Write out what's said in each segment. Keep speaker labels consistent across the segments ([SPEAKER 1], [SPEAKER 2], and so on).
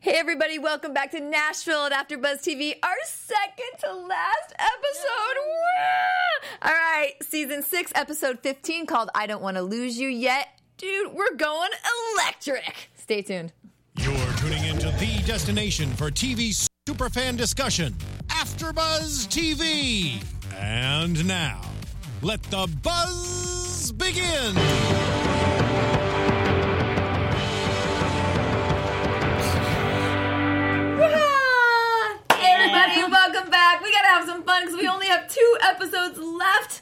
[SPEAKER 1] Hey everybody, welcome back to Nashville at AfterBuzz TV, our second to last episode. Wow! All right, season six, episode fifteen, called "I Don't Want to Lose You Yet." Dude, we're going electric. Stay tuned.
[SPEAKER 2] You're tuning into the destination for TV superfan discussion, AfterBuzz TV. And now, let the buzz begin.
[SPEAKER 1] Ah! Hey everybody, welcome back. We gotta have some fun because we only have two episodes left.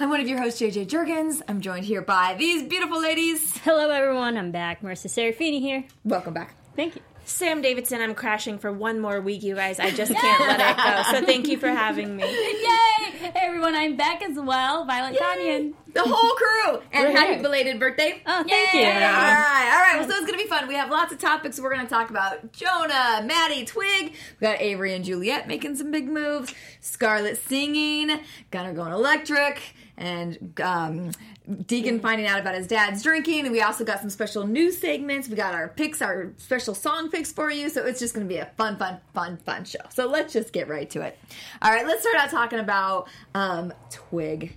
[SPEAKER 1] I'm one of your hosts, JJ Jurgens. I'm joined here by these beautiful ladies.
[SPEAKER 3] Hello, everyone. I'm back. Marissa Serafini here.
[SPEAKER 1] Welcome back.
[SPEAKER 3] Thank you.
[SPEAKER 4] Sam Davidson, I'm crashing for one more week, you guys. I just can't let it go. So thank you for having me.
[SPEAKER 3] Yay! Hey, everyone. I'm back as well. Violet Tanyan.
[SPEAKER 1] The whole crew. And
[SPEAKER 3] We're
[SPEAKER 1] happy
[SPEAKER 3] here.
[SPEAKER 1] belated birthday.
[SPEAKER 3] Oh, thank
[SPEAKER 1] Yay!
[SPEAKER 3] you.
[SPEAKER 1] All right, all right. Well, so it's gonna be fun. We have lots of topics. We're gonna talk about Jonah, Maddie, Twig. We got Avery and Juliet making some big moves. Scarlett singing. Gunner going electric, and um, Deacon finding out about his dad's drinking. And we also got some special news segments. We got our picks, our special song picks for you. So it's just gonna be a fun, fun, fun, fun show. So let's just get right to it. All right, let's start out talking about um, Twig.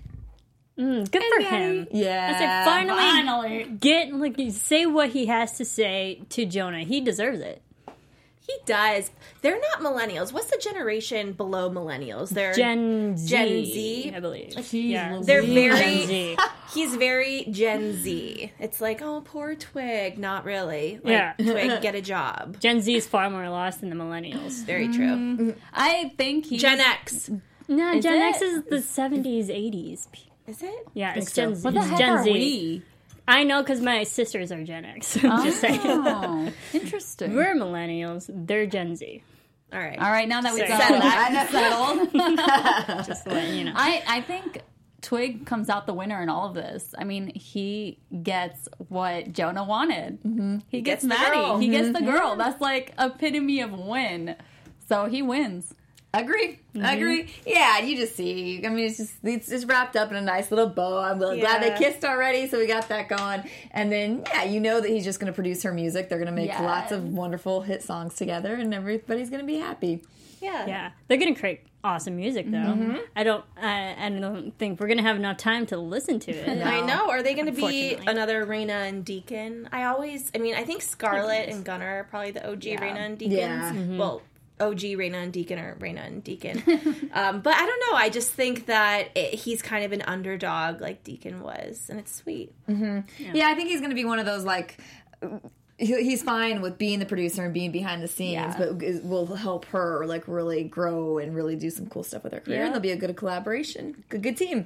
[SPEAKER 3] Hmm, Good for him.
[SPEAKER 1] Yeah.
[SPEAKER 3] I said, finally, get like say what he has to say to Jonah. He deserves it.
[SPEAKER 4] He does. They're not millennials. What's the generation below millennials? They're
[SPEAKER 3] Gen Z.
[SPEAKER 4] Gen Z?
[SPEAKER 3] I believe.
[SPEAKER 4] They're
[SPEAKER 3] Gen
[SPEAKER 4] very.
[SPEAKER 3] Z.
[SPEAKER 4] He's very Gen Z. It's like, oh, poor Twig. Not really. Like,
[SPEAKER 3] Yeah.
[SPEAKER 4] Twig, get a job.
[SPEAKER 3] Gen Z is far more lost than the millennials.
[SPEAKER 4] Very true.
[SPEAKER 3] Mm.
[SPEAKER 5] I think he.
[SPEAKER 4] Gen X.
[SPEAKER 3] No, Gen
[SPEAKER 5] it?
[SPEAKER 3] X is the 70s, 80s.
[SPEAKER 4] Is it?
[SPEAKER 3] Yeah, it's
[SPEAKER 1] so.
[SPEAKER 3] Gen Z.
[SPEAKER 5] what the
[SPEAKER 3] It's
[SPEAKER 5] heck
[SPEAKER 3] Gen
[SPEAKER 5] are
[SPEAKER 3] Z.
[SPEAKER 5] we?
[SPEAKER 3] I know because my sisters are Gen X. I'm just saying.
[SPEAKER 5] Oh, interesting.
[SPEAKER 3] We're millennials. They're Gen Z.
[SPEAKER 4] All right.
[SPEAKER 5] All right, now that we've
[SPEAKER 3] Sorry.
[SPEAKER 5] got
[SPEAKER 3] Settled.
[SPEAKER 5] that settled,
[SPEAKER 3] Just to let you know.
[SPEAKER 5] I I think Twig comes out the winner in all of this. I mean, he gets what Jonah wanted. He
[SPEAKER 4] gets
[SPEAKER 5] gets,
[SPEAKER 4] the
[SPEAKER 5] Maddie.
[SPEAKER 4] girl.
[SPEAKER 5] He gets the girl. Mm-hmm. That's like epitome of win. So he wins.
[SPEAKER 1] Agree. Agree. Yeah, you just see. I mean, it's just it's just wrapped up in a nice little bow. I'm really glad they
[SPEAKER 4] Yeah.
[SPEAKER 1] kissed already, so we got that going. And then yeah, you know that he's just going to produce her music. They're going to make
[SPEAKER 5] Yes.
[SPEAKER 1] lots of wonderful hit songs together, and everybody's going to be happy.
[SPEAKER 4] Yeah.
[SPEAKER 3] Yeah, they're gonna create awesome music though. I don't, I, I don't think we're gonna have enough time to listen to it.
[SPEAKER 4] I know. Are they going to be
[SPEAKER 3] Unfortunately.
[SPEAKER 4] another Reina and Deacon? I always, I mean, I think Scarlett and Gunnar are probably the OG Reina and Deacons.
[SPEAKER 1] Yeah.
[SPEAKER 4] Well, OG Reina and Deacon or Reina and Deacon. um, but I don't know. I just think that it, he's kind of an underdog like Deacon was, and it's sweet.
[SPEAKER 1] Yeah, I think he's going to be one of those like. he- He's fine with being the producer and being behind the scenes,
[SPEAKER 5] Yeah.
[SPEAKER 1] but it will help her like really grow and really do some cool stuff with her career.
[SPEAKER 3] Yeah.
[SPEAKER 1] And they'll be a good collaboration, good good team.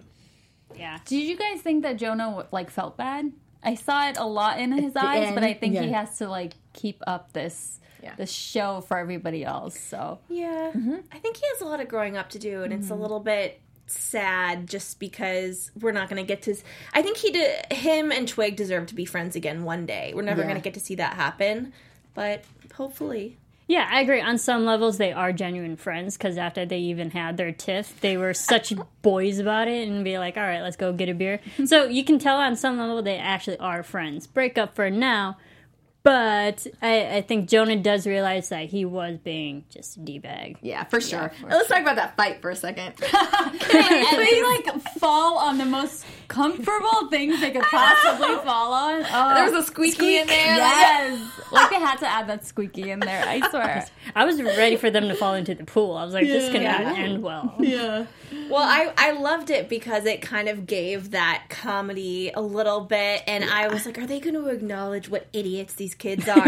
[SPEAKER 3] Yeah,
[SPEAKER 5] Did you guys think that Jonah like felt bad? I saw it a lot in his eyes, but I
[SPEAKER 1] end,
[SPEAKER 5] think he
[SPEAKER 1] yeah.
[SPEAKER 5] has to like keep up this
[SPEAKER 1] Yeah.
[SPEAKER 5] this show for everybody else. So
[SPEAKER 4] Yeah. I think he has a lot of growing up to do, and it's a little bit sad just because we're not going to get to. s- I think he did. Him and Twig deserve to be friends again one day. We're never
[SPEAKER 1] Yeah.
[SPEAKER 4] going to get to see that happen, but hopefully.
[SPEAKER 3] yeah, I agree. On some levels, they are genuine friends because after they even had their tiff, they were such boys about it and be like, "All right, let's go get a beer." so you can tell on some level they actually are friends. Break up for now. But I, I think Jonah does realize that he was being just a d bag.
[SPEAKER 1] Yeah, for sure. Let's talk about that fight for a second.
[SPEAKER 5] and they like fall on the most comfortable things they could possibly fall on. Oh,
[SPEAKER 1] There was a squeaky in there.
[SPEAKER 5] yes, like they had to add that squeaky in there. I swear.
[SPEAKER 3] I was ready for them to fall into the pool. I was like, "This cannot end well."
[SPEAKER 1] Yeah.
[SPEAKER 4] Well, I, I loved it because it kind of gave that comedy a little bit, and I was like, are they going to acknowledge what idiots these kids are?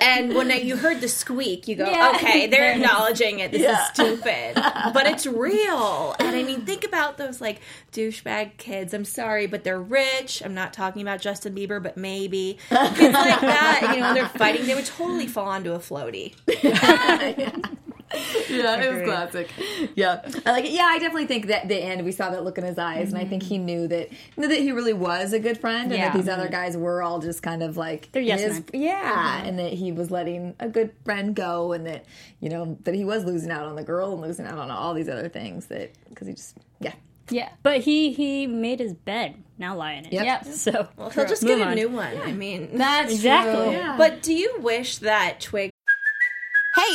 [SPEAKER 4] and when I, you heard the squeak, you go,
[SPEAKER 5] Yeah.
[SPEAKER 4] okay, they're acknowledging it. This
[SPEAKER 1] Yeah.
[SPEAKER 4] is stupid, but it's real. And I mean, think about those like douchebag kids. I'm sorry, but they're rich. I'm not talking about Justin Bieber, but maybe kids like that. You know, they're fighting. They would totally fall onto a floaty.
[SPEAKER 1] Yeah, it was
[SPEAKER 3] Agreed.
[SPEAKER 1] classic. Yeah, I like it. Yeah, I definitely think that the end we saw that look in his eyes, and I think he knew that knew that he really was a good friend, and that
[SPEAKER 5] Yeah.
[SPEAKER 1] these other guys were all just kind of like
[SPEAKER 3] They're yes
[SPEAKER 1] his-
[SPEAKER 3] men.
[SPEAKER 1] yeah, and that he was letting a good friend go, and that you know that he was losing out on the girl and losing out on all these other things that because he just yeah
[SPEAKER 5] Yeah.
[SPEAKER 3] But he he made his bed, now lie in it.
[SPEAKER 1] Yep.
[SPEAKER 5] Yep.
[SPEAKER 3] So
[SPEAKER 4] He'll just
[SPEAKER 3] Move
[SPEAKER 4] get a
[SPEAKER 3] on.
[SPEAKER 4] new one. I mean,
[SPEAKER 5] That's
[SPEAKER 3] Exactly.
[SPEAKER 5] true.
[SPEAKER 3] Yeah.
[SPEAKER 4] But do you wish that Twig
[SPEAKER 6] Hey,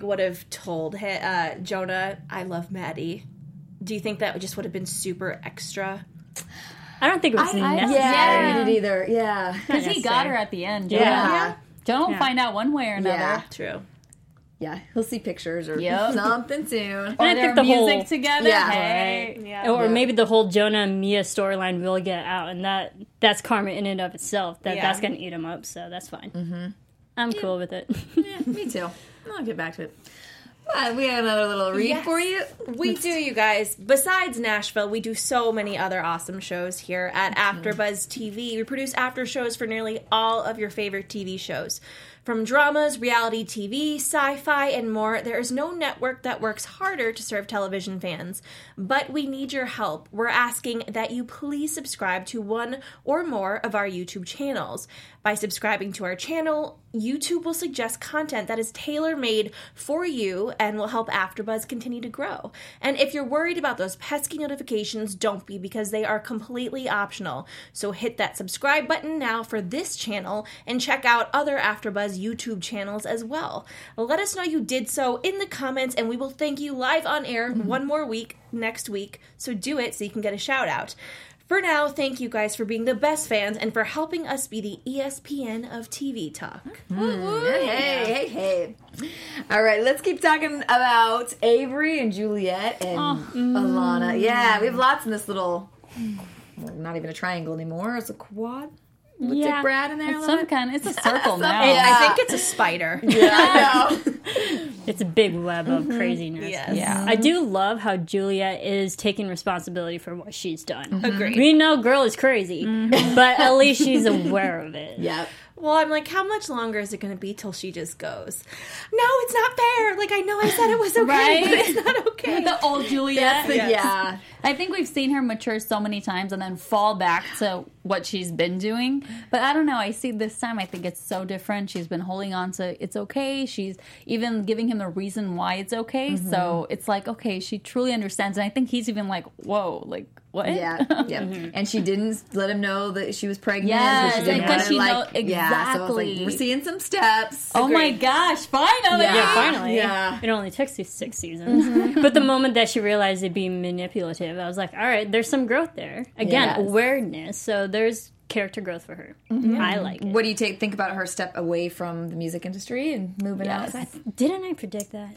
[SPEAKER 4] would have told he- uh, Jonah, I love Maddie. Do you think that just would have been super extra?
[SPEAKER 3] I don't think it was necessary.
[SPEAKER 1] Yeah, I didn't either. Yeah.
[SPEAKER 5] Because he got her at the end. Jonah.
[SPEAKER 1] Yeah.
[SPEAKER 5] Don't find out one way or another.
[SPEAKER 1] Yeah.
[SPEAKER 4] True.
[SPEAKER 1] Yeah. He'll see pictures or
[SPEAKER 5] Yep.
[SPEAKER 1] something soon.
[SPEAKER 5] Or
[SPEAKER 3] I
[SPEAKER 5] their
[SPEAKER 3] think the
[SPEAKER 5] music
[SPEAKER 3] whole-
[SPEAKER 5] together.
[SPEAKER 1] Yeah.
[SPEAKER 5] Hey.
[SPEAKER 3] Or maybe the whole Jonah and Mia storyline will get out, and that that's karma in and of itself. That
[SPEAKER 4] Yeah.
[SPEAKER 3] that's gonna eat him up. So that's fine. I'm cool with it.
[SPEAKER 1] Yeah, me too. I'll get back to it. Well, we have another little read
[SPEAKER 4] Yes.
[SPEAKER 1] for you.
[SPEAKER 4] We do, you guys. Besides Nashville, we do so many other awesome shows here at AfterBuzz TV. We produce after shows for nearly all of your favorite TV shows, from dramas, reality TV, sci-fi, and more. There is no network that works harder to serve television fans. But we need your help. We're asking that you please subscribe to one or more of our YouTube channels. By subscribing to our channel, YouTube will suggest content that is tailor-made for you and will help AfterBuzz continue to grow. And if you're worried about those pesky notifications, don't be because they are completely optional. So hit that subscribe button now for this channel and check out other AfterBuzz YouTube channels as well. Let us know you did so in the comments, and we will thank you live on air one more week next week. So do it so you can get a shout out. For now, thank you guys for being the best fans and for helping us be the E ESPN of TV talk.
[SPEAKER 1] Hey, hey, hey. All right, let's keep talking about Avery and Juliet and
[SPEAKER 5] Oh, mm.
[SPEAKER 1] Alana. Yeah, we have lots in this little. Not even a triangle anymore. It's a quad. With Dick
[SPEAKER 3] Yeah.
[SPEAKER 1] Brad in there. a
[SPEAKER 5] It's
[SPEAKER 1] little
[SPEAKER 5] some
[SPEAKER 1] bit.
[SPEAKER 5] kind. It's a circle now.
[SPEAKER 1] yeah.
[SPEAKER 4] I think it's a spider.
[SPEAKER 1] I know.
[SPEAKER 3] It's a big web of craziness.
[SPEAKER 4] Yes.
[SPEAKER 5] Yeah.
[SPEAKER 3] I do love how Julia is taking responsibility for what she's done.
[SPEAKER 4] Agreed.
[SPEAKER 3] We know girl is crazy,
[SPEAKER 5] Mm-hmm.
[SPEAKER 3] but at least she's aware of it.
[SPEAKER 1] Yep.
[SPEAKER 4] Well, I'm like, how much longer is it going to be till she just goes? No, it's not fair. Like I know I said it was okay,
[SPEAKER 5] Right?
[SPEAKER 4] but it's not okay.
[SPEAKER 5] the old Juliet.
[SPEAKER 1] Yeah.
[SPEAKER 5] I think we've seen her mature so many times and then fall back to what she's been doing. But I don't know. I see this time. I think it's so different. She's been holding on to it's okay. She's even giving him the reason why it's okay.
[SPEAKER 1] Mm-hmm.
[SPEAKER 5] So it's like okay, she truly understands. And I think he's even like, whoa, like what?
[SPEAKER 1] Yeah. Yep. And she didn't let him know that she was pregnant.
[SPEAKER 5] Mm-hmm. Yes,
[SPEAKER 1] so she didn't
[SPEAKER 5] because
[SPEAKER 1] want to,
[SPEAKER 5] she
[SPEAKER 1] like,
[SPEAKER 5] know-
[SPEAKER 1] Yeah. So I was like,
[SPEAKER 5] exactly.
[SPEAKER 1] we're seeing some steps.
[SPEAKER 5] Oh my gosh! Finally.
[SPEAKER 1] Yeah.
[SPEAKER 3] Yeah, finally.
[SPEAKER 1] Yeah.
[SPEAKER 3] It only took se- six seasons. But the moment that she realized it'd be manipulative, I was like, all right, there's some growth there. Again,
[SPEAKER 1] Yes.
[SPEAKER 3] awareness. So there's character growth for her. I like it.
[SPEAKER 1] What do you take, think about her step away from the music industry and moving
[SPEAKER 5] Yes.
[SPEAKER 1] outside?
[SPEAKER 3] Didn't I predict that?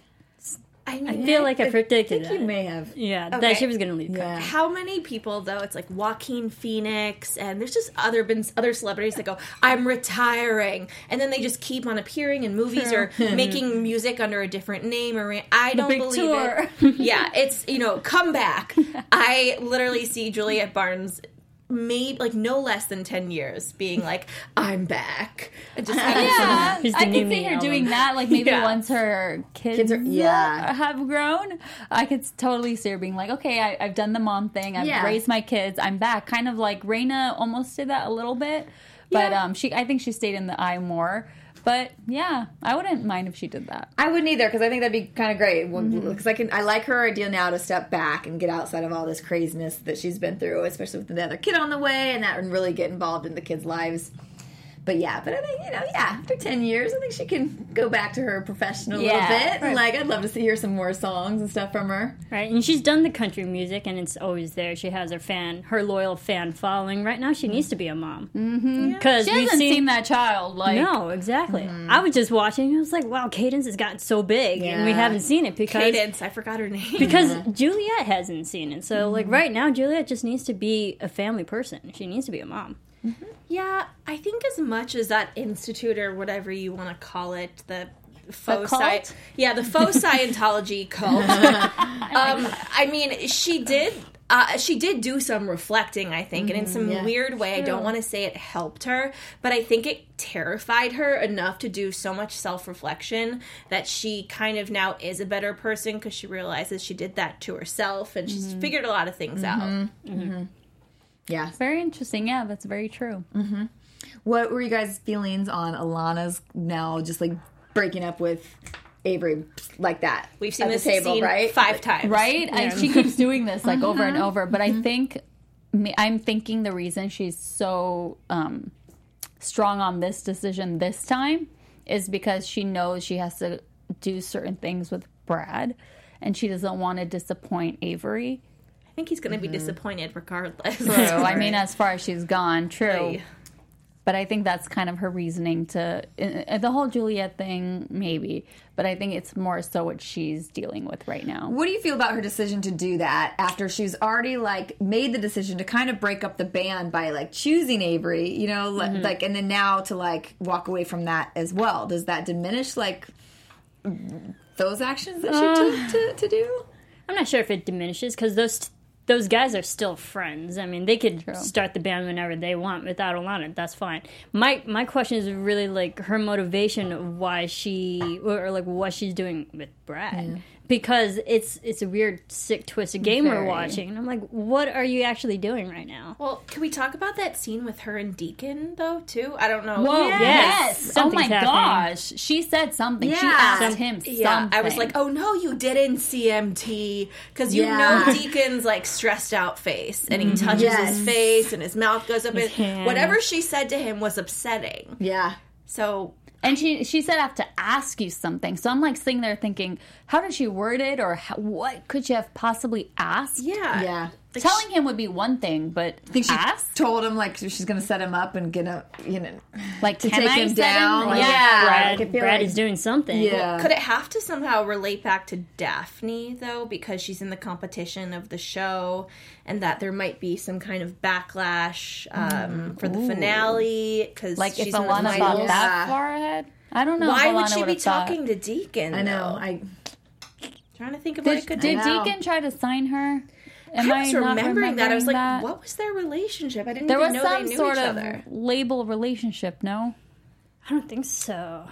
[SPEAKER 4] I,
[SPEAKER 3] I
[SPEAKER 4] mean,
[SPEAKER 3] feel like I predicted
[SPEAKER 1] You
[SPEAKER 3] that.
[SPEAKER 1] may have.
[SPEAKER 3] yeah,
[SPEAKER 4] Okay.
[SPEAKER 3] that she was going to leave.
[SPEAKER 1] Yeah.
[SPEAKER 3] Cook.
[SPEAKER 4] how many people though? It's like Joaquin Phoenix, and there's just other been other celebrities that go, "I'm retiring," and then they just keep on appearing in movies or making music under a different name. Or I don't
[SPEAKER 5] big
[SPEAKER 4] believe
[SPEAKER 5] tour.
[SPEAKER 4] it. Yeah, it's you know, come back. I literally see Juliet Barnes. Maybe like no less than ten years, being like, "I'm back." And just having some
[SPEAKER 5] Yeah,
[SPEAKER 3] Here's the
[SPEAKER 5] I
[SPEAKER 3] new
[SPEAKER 5] can see
[SPEAKER 3] me
[SPEAKER 5] her
[SPEAKER 3] album.
[SPEAKER 5] doing that. Like maybe
[SPEAKER 4] Yeah.
[SPEAKER 5] once her kids, uh,
[SPEAKER 1] Kids are- yeah.
[SPEAKER 5] have grown, I could s- totally see her being like, okay, I, I've done the mom thing. I've
[SPEAKER 1] Yeah.
[SPEAKER 5] raised my kids. I'm back. Kind of like Raina almost did that a little bit, but um, she I think she stayed in the eye more. But yeah, I wouldn't mind if she did that.
[SPEAKER 1] I wouldn't either because I think that'd be kind of great. Because
[SPEAKER 4] Mm-hmm.
[SPEAKER 1] I can, I like her idea now to step back and get outside of all this craziness that she's been through, especially with the other kid on the way and that, and really get involved in the kids' lives. But yeah, but I think you know, yeah, after ten years, I think she can go back to her profession a little
[SPEAKER 5] Yeah.
[SPEAKER 1] bit. And like, I'd love to see hear some more songs and stuff from her.
[SPEAKER 3] Right, and she's done the country music, and it's always there. She has her fan, her loyal fan following. Right now, she
[SPEAKER 1] Mm.
[SPEAKER 3] needs to be a mom
[SPEAKER 1] Mm-hmm.
[SPEAKER 3] because
[SPEAKER 5] She
[SPEAKER 3] we've
[SPEAKER 5] hasn't
[SPEAKER 3] seen,
[SPEAKER 5] seen that child. Like
[SPEAKER 3] No, exactly. I was just watching. and I was like, wow, Cadence has gotten so big, and we
[SPEAKER 1] Yeah.
[SPEAKER 3] haven't seen it because
[SPEAKER 4] cadence. I forgot her name.
[SPEAKER 3] because
[SPEAKER 1] Mm-hmm.
[SPEAKER 3] Juliet hasn't seen it. So like right now, Juliet just needs to be a family person. She needs to be a mom.
[SPEAKER 4] Yeah, I think as much as that institute or whatever you want to call it, the
[SPEAKER 5] The
[SPEAKER 4] faux
[SPEAKER 5] cult?
[SPEAKER 4] sci- yeah, the faux Scientology cult. um, I mean, she did. uh, she did do some reflecting, I think, and in
[SPEAKER 1] Mm,
[SPEAKER 4] some weird way, I don't want to say it helped her, but I think it terrified her enough to do so much self reflection that she kind of now is a better person because she realizes she did that to herself and she's
[SPEAKER 1] Mm.
[SPEAKER 4] figured a lot of things
[SPEAKER 1] Mm-hmm.
[SPEAKER 4] out.
[SPEAKER 1] Yeah.
[SPEAKER 5] Very interesting. Yeah, that's very true.
[SPEAKER 1] What were you guys' feelings on Alana's now just like breaking up with Avery like that?
[SPEAKER 4] We've seen
[SPEAKER 1] at
[SPEAKER 4] this
[SPEAKER 1] the table,
[SPEAKER 4] scene
[SPEAKER 1] right?
[SPEAKER 4] five times.
[SPEAKER 5] Right? I, she keeps doing this like over and over, but I think me- I'm thinking the reason she's so um, strong on this decision this time is because she knows she has to do certain things with Brad and she doesn't want to disappoint Avery.
[SPEAKER 4] I think he's going to be disappointed regardless.
[SPEAKER 5] True. I mean, as far as she's gone, true.
[SPEAKER 4] Right.
[SPEAKER 5] But I think that's kind of her reasoning to uh, uh, the whole Juliet thing, maybe. But I think it's more so what she's dealing with right now.
[SPEAKER 1] What do you feel about her decision to do that after she's already like made the decision to kind of break up the band by like choosing Avery, you know, li- like and then now to like walk away from that as well? Does that diminish like those actions that she took to, to do?
[SPEAKER 3] I'm not sure if it diminishes because those those guys are still friends. I mean, they could start the band whenever they want without Alana. That's fine. My my question is really like her motivation of why she or, or, like what she's doing with Brad because it's it's a weird sick twisted game we're
[SPEAKER 5] Very.
[SPEAKER 3] watching. And I'm like, what are you actually doing right now?
[SPEAKER 4] well, can we talk about that scene with her and Deacon, though, too? I don't know.
[SPEAKER 5] Whoa,
[SPEAKER 3] yes.
[SPEAKER 5] Oh my
[SPEAKER 3] Something's happening.
[SPEAKER 5] gosh. She said something. She
[SPEAKER 1] Yeah.
[SPEAKER 5] asked him something.
[SPEAKER 4] Yeah, I was like, "Oh no, you didn't CMT," because you
[SPEAKER 1] Yeah.
[SPEAKER 4] know Deacon's like stressed out face, and
[SPEAKER 5] Mm-hmm.
[SPEAKER 4] he touches
[SPEAKER 1] Yes.
[SPEAKER 4] his face, and his mouth goes up. And
[SPEAKER 3] hands.
[SPEAKER 4] whatever she said to him was upsetting.
[SPEAKER 1] Yeah.
[SPEAKER 4] So
[SPEAKER 5] And she she said I have to ask you something. So I'm like sitting there thinking, how did she word it, or how, what could she have possibly asked?
[SPEAKER 4] yeah,
[SPEAKER 1] Yeah.
[SPEAKER 5] Telling him would be one thing, but
[SPEAKER 1] I think she
[SPEAKER 5] ask
[SPEAKER 1] told him like she's gonna set him up and gonna you know
[SPEAKER 5] like
[SPEAKER 1] to
[SPEAKER 5] can
[SPEAKER 1] take
[SPEAKER 5] I
[SPEAKER 1] him
[SPEAKER 5] set
[SPEAKER 1] down.
[SPEAKER 5] Like,
[SPEAKER 1] yeah.
[SPEAKER 3] Brad,
[SPEAKER 1] Like, I feel
[SPEAKER 3] Brad
[SPEAKER 1] like-
[SPEAKER 3] is doing something.
[SPEAKER 1] Yeah.
[SPEAKER 4] Could it have to somehow relate back to Daphne though, because she's in the competition of the show, and that there might be some kind of backlash
[SPEAKER 1] Mm-hmm.
[SPEAKER 4] um, for the finale? Because
[SPEAKER 5] Like if
[SPEAKER 4] she's one of the
[SPEAKER 5] Alana thought
[SPEAKER 4] finalists.
[SPEAKER 5] that far ahead, I don't know. if
[SPEAKER 4] why
[SPEAKER 5] Alana
[SPEAKER 4] would she be
[SPEAKER 5] would've thought-
[SPEAKER 4] talking to Deacon?
[SPEAKER 1] I know.
[SPEAKER 4] though?
[SPEAKER 1] I
[SPEAKER 4] trying to think of what it
[SPEAKER 5] Did,
[SPEAKER 4] could be.
[SPEAKER 5] did
[SPEAKER 1] know.
[SPEAKER 5] Deacon try to sign her? Am
[SPEAKER 4] I was
[SPEAKER 5] not
[SPEAKER 4] remembering, that. I was like,
[SPEAKER 5] that?
[SPEAKER 4] what was their relationship? I didn't
[SPEAKER 5] There
[SPEAKER 4] even
[SPEAKER 5] was
[SPEAKER 4] know
[SPEAKER 5] some
[SPEAKER 4] they knew
[SPEAKER 5] sort
[SPEAKER 4] each
[SPEAKER 5] of
[SPEAKER 4] other.
[SPEAKER 5] label relationship, no?
[SPEAKER 3] I don't think so.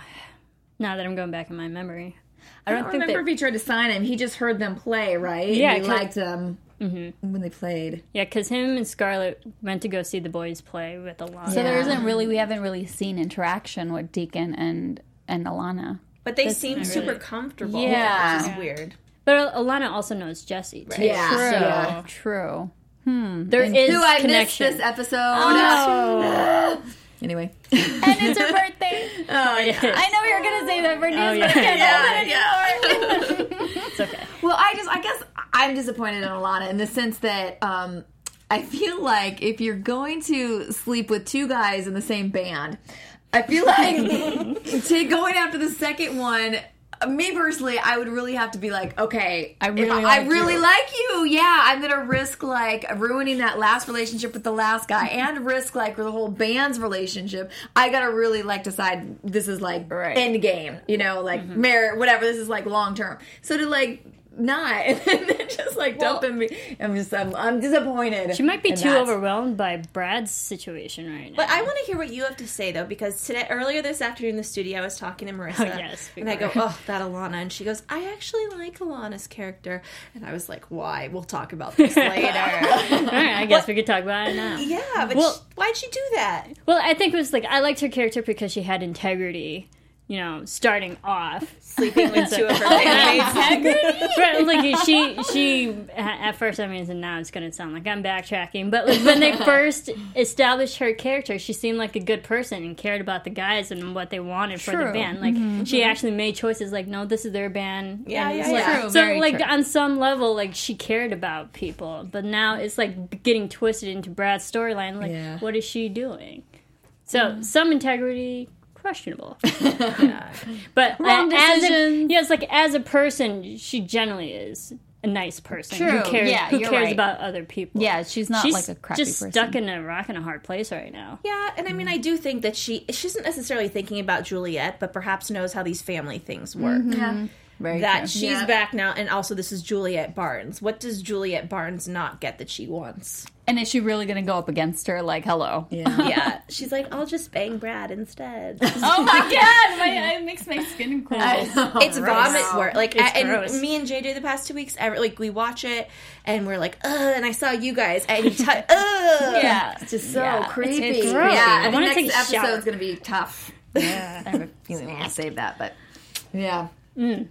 [SPEAKER 3] Now that I'm going back in my memory, I don't,
[SPEAKER 1] don't
[SPEAKER 3] think
[SPEAKER 1] remember
[SPEAKER 3] that.
[SPEAKER 1] if he tried to sign him. He just heard them play, right?
[SPEAKER 3] Yeah,
[SPEAKER 1] and he Mm-hmm.
[SPEAKER 3] 'cause-
[SPEAKER 1] liked them when they played.
[SPEAKER 3] Yeah, because him and Scarlett went to go see the boys play with Alana.
[SPEAKER 5] So there isn't really we haven't really seen interaction with Deacon and and Alana.
[SPEAKER 4] But they seemed super comfortable.
[SPEAKER 5] Yeah.
[SPEAKER 4] Which is weird.
[SPEAKER 3] But Alana also knows Jesse too.
[SPEAKER 1] Yeah,
[SPEAKER 5] True.
[SPEAKER 1] yeah.
[SPEAKER 5] True.
[SPEAKER 3] There is
[SPEAKER 1] Who I
[SPEAKER 3] connection.
[SPEAKER 1] missed this episode. Anyway.
[SPEAKER 5] And it's her birthday. Oh,
[SPEAKER 1] Oh yeah.
[SPEAKER 5] I know you're gonna say that for news,
[SPEAKER 3] Oh, yeah.
[SPEAKER 5] but I can't help it.
[SPEAKER 1] Well, I just I guess I'm disappointed in Alana in the sense that um I feel like if you're going to sleep with two guys in the same band, I feel like to going after the second one me personally, I would really have to be like, okay,
[SPEAKER 5] I
[SPEAKER 1] if
[SPEAKER 5] really
[SPEAKER 1] I,
[SPEAKER 5] like
[SPEAKER 1] I really
[SPEAKER 5] you.
[SPEAKER 1] like you. Yeah, I'm gonna risk like ruining that last relationship with the last guy, and risk like the whole band's relationship. I gotta really like decide this is like
[SPEAKER 5] Right.
[SPEAKER 1] end game, you know, like marriage, whatever. This is like long term. So to like not and then just like dumping me, I'm just I'm, I'm disappointed.
[SPEAKER 3] She might be
[SPEAKER 1] in
[SPEAKER 3] too
[SPEAKER 1] that.
[SPEAKER 3] overwhelmed by Brad's situation right now.
[SPEAKER 4] But I want to hear what you have to say though, because today earlier this afternoon in the studio, I was talking to Marissa,
[SPEAKER 3] yes, we
[SPEAKER 4] and I go,
[SPEAKER 3] were.
[SPEAKER 4] "Oh, that Alana," and she goes, "I actually like Alana's character," and I was like, "Why? We'll talk about this later."
[SPEAKER 3] All right, I guess we could talk about it now.
[SPEAKER 4] yeah, but
[SPEAKER 3] Well-
[SPEAKER 4] sh- why'd she do that?
[SPEAKER 3] Well, I think it was like I liked her character because she had integrity. You know, starting off,
[SPEAKER 4] Sleeping with two of her bandmates.
[SPEAKER 3] Right, like she she at first I mean and now it's gonna sound like I'm backtracking, but like when they first established her character, she seemed like a good person and cared about the guys and what they wanted for the
[SPEAKER 5] True.
[SPEAKER 3] band. Like she actually made choices like, no, this is their band.
[SPEAKER 4] Mm-hmm. Yeah,
[SPEAKER 3] and
[SPEAKER 4] yeah,
[SPEAKER 3] it's like-
[SPEAKER 4] yeah.
[SPEAKER 5] True,
[SPEAKER 3] So
[SPEAKER 5] very
[SPEAKER 3] like
[SPEAKER 5] true.
[SPEAKER 3] on some level, like she cared about people, but now it's like getting twisted into Brad's storyline. Like,
[SPEAKER 1] Yeah.
[SPEAKER 3] what is she doing? So
[SPEAKER 5] Hmm.
[SPEAKER 3] some integrity questionable. But
[SPEAKER 5] Wrong
[SPEAKER 3] a- as a,
[SPEAKER 5] decisions.
[SPEAKER 3] yes, like as a person, she generally is a nice person
[SPEAKER 5] True.
[SPEAKER 3] who cares,
[SPEAKER 5] Yeah,
[SPEAKER 3] who
[SPEAKER 5] you're
[SPEAKER 3] cares
[SPEAKER 5] right.
[SPEAKER 3] about other people.
[SPEAKER 5] Yeah, she's not
[SPEAKER 3] she's
[SPEAKER 5] like a crappy
[SPEAKER 3] just
[SPEAKER 5] person.
[SPEAKER 3] stuck in a rock and a hard place right now.
[SPEAKER 4] Yeah, and I mean, I do think
[SPEAKER 3] Mm-hmm.
[SPEAKER 4] that she she isn't necessarily thinking about Juliet, but perhaps knows how these family things work.
[SPEAKER 1] Yeah.
[SPEAKER 5] Very
[SPEAKER 4] that
[SPEAKER 5] true.
[SPEAKER 4] she's
[SPEAKER 1] Yeah.
[SPEAKER 4] back now, and also this is Juliet Barnes. What does Juliet Barnes not get that she wants?
[SPEAKER 5] And is she really going to go up against her? Like, hello.
[SPEAKER 1] Yeah.
[SPEAKER 4] Yeah, she's like, I'll just bang Brad instead.
[SPEAKER 5] Oh my god, my, it makes my skin crawl.
[SPEAKER 4] it's vomit
[SPEAKER 1] Wow.
[SPEAKER 4] work. Like,
[SPEAKER 3] It's
[SPEAKER 4] I- and
[SPEAKER 3] gross.
[SPEAKER 4] me and JJ the past two weeks, ever like we watch it and we're like, ugh. And I saw you guys, and you touch, ugh.
[SPEAKER 5] yeah,
[SPEAKER 1] It's just so
[SPEAKER 5] Yeah, it's-
[SPEAKER 1] creepy.
[SPEAKER 5] it's
[SPEAKER 3] gross.
[SPEAKER 1] yeah,
[SPEAKER 3] I
[SPEAKER 1] I,
[SPEAKER 3] wanna
[SPEAKER 1] think
[SPEAKER 3] take a
[SPEAKER 1] next
[SPEAKER 3] shower.
[SPEAKER 1] episode's gonna be tough. Yeah, I have a feeling we're gonna save that, but yeah. Mm.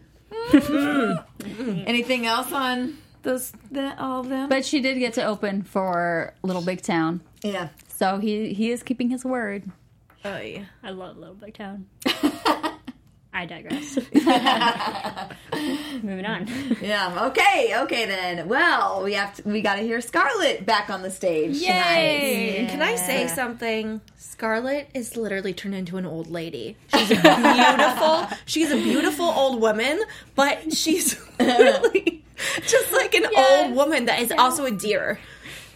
[SPEAKER 1] Anything else on those? The, all of them?
[SPEAKER 5] But she did get to open for Little Big Town,
[SPEAKER 1] yeah.
[SPEAKER 5] so he he is keeping his word.
[SPEAKER 4] Oh, yeah.
[SPEAKER 3] I love Little Big Town. I digress. Moving on.
[SPEAKER 1] Yeah. Okay. Okay. Then. Well, we have to, we got to hear Scarlett back on the stage. Yay!
[SPEAKER 4] Can I say something? Scarlett is literally turned into an old lady. She's beautiful. she's a beautiful old woman, but she's really just like an old woman that is also a deer.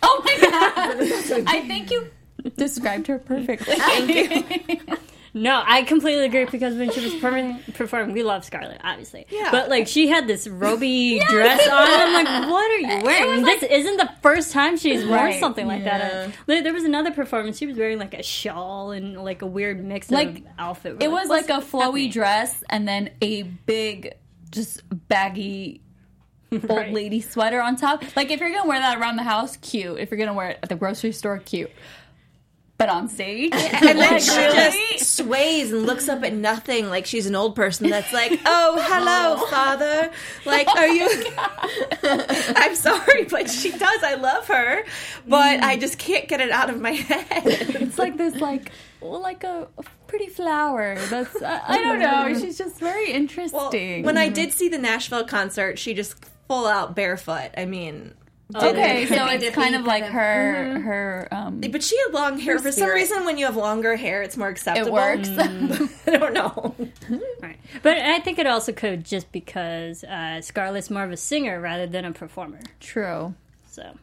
[SPEAKER 5] Oh my god! I think you described her perfectly.
[SPEAKER 3] No, I completely agree because when she was performing, performing we love Scarlett, obviously. Yeah. But like she had this roby dress on. I'm like, what are you wearing? This isn't the first time she's worn
[SPEAKER 5] Right,
[SPEAKER 3] something like that. There, there was another performance. She was wearing like a shawl and like a weird mix
[SPEAKER 5] Like,
[SPEAKER 3] of outfit. We're
[SPEAKER 5] It was like
[SPEAKER 3] what's
[SPEAKER 5] a flowy
[SPEAKER 3] happening?
[SPEAKER 5] dress and then a big, just baggy old
[SPEAKER 3] Right.
[SPEAKER 5] lady sweater on top. Like if you're gonna wear that around the house, cute. If you're gonna wear it at the grocery store, cute. But on stage,
[SPEAKER 4] And then she just sways and looks up at nothing like she's an old person that's like, oh, hello, father. Like, are you.
[SPEAKER 5] Oh
[SPEAKER 4] I'm sorry, but she does. I love her, but I
[SPEAKER 5] Mm.
[SPEAKER 4] just can't get it out of my head.
[SPEAKER 5] it's like this, like well, like a, a pretty flower. That's I, I don't know. She's just very
[SPEAKER 4] Well,
[SPEAKER 5] interesting.
[SPEAKER 4] when I did see the Nashville concert, she just full out barefoot. I mean,
[SPEAKER 5] Oh, okay,
[SPEAKER 1] Could
[SPEAKER 5] so
[SPEAKER 1] be
[SPEAKER 5] it's
[SPEAKER 1] different
[SPEAKER 5] kind of like
[SPEAKER 1] kind
[SPEAKER 5] her
[SPEAKER 1] of-
[SPEAKER 5] her um.
[SPEAKER 4] but she had long hair. For some
[SPEAKER 5] spirit.
[SPEAKER 4] reason, when you have longer hair, it's more acceptable.
[SPEAKER 5] It works.
[SPEAKER 4] I don't know.
[SPEAKER 3] Right. But I think it also could just because uh, Scarlett's more of a singer rather than a performer.
[SPEAKER 5] True.
[SPEAKER 3] So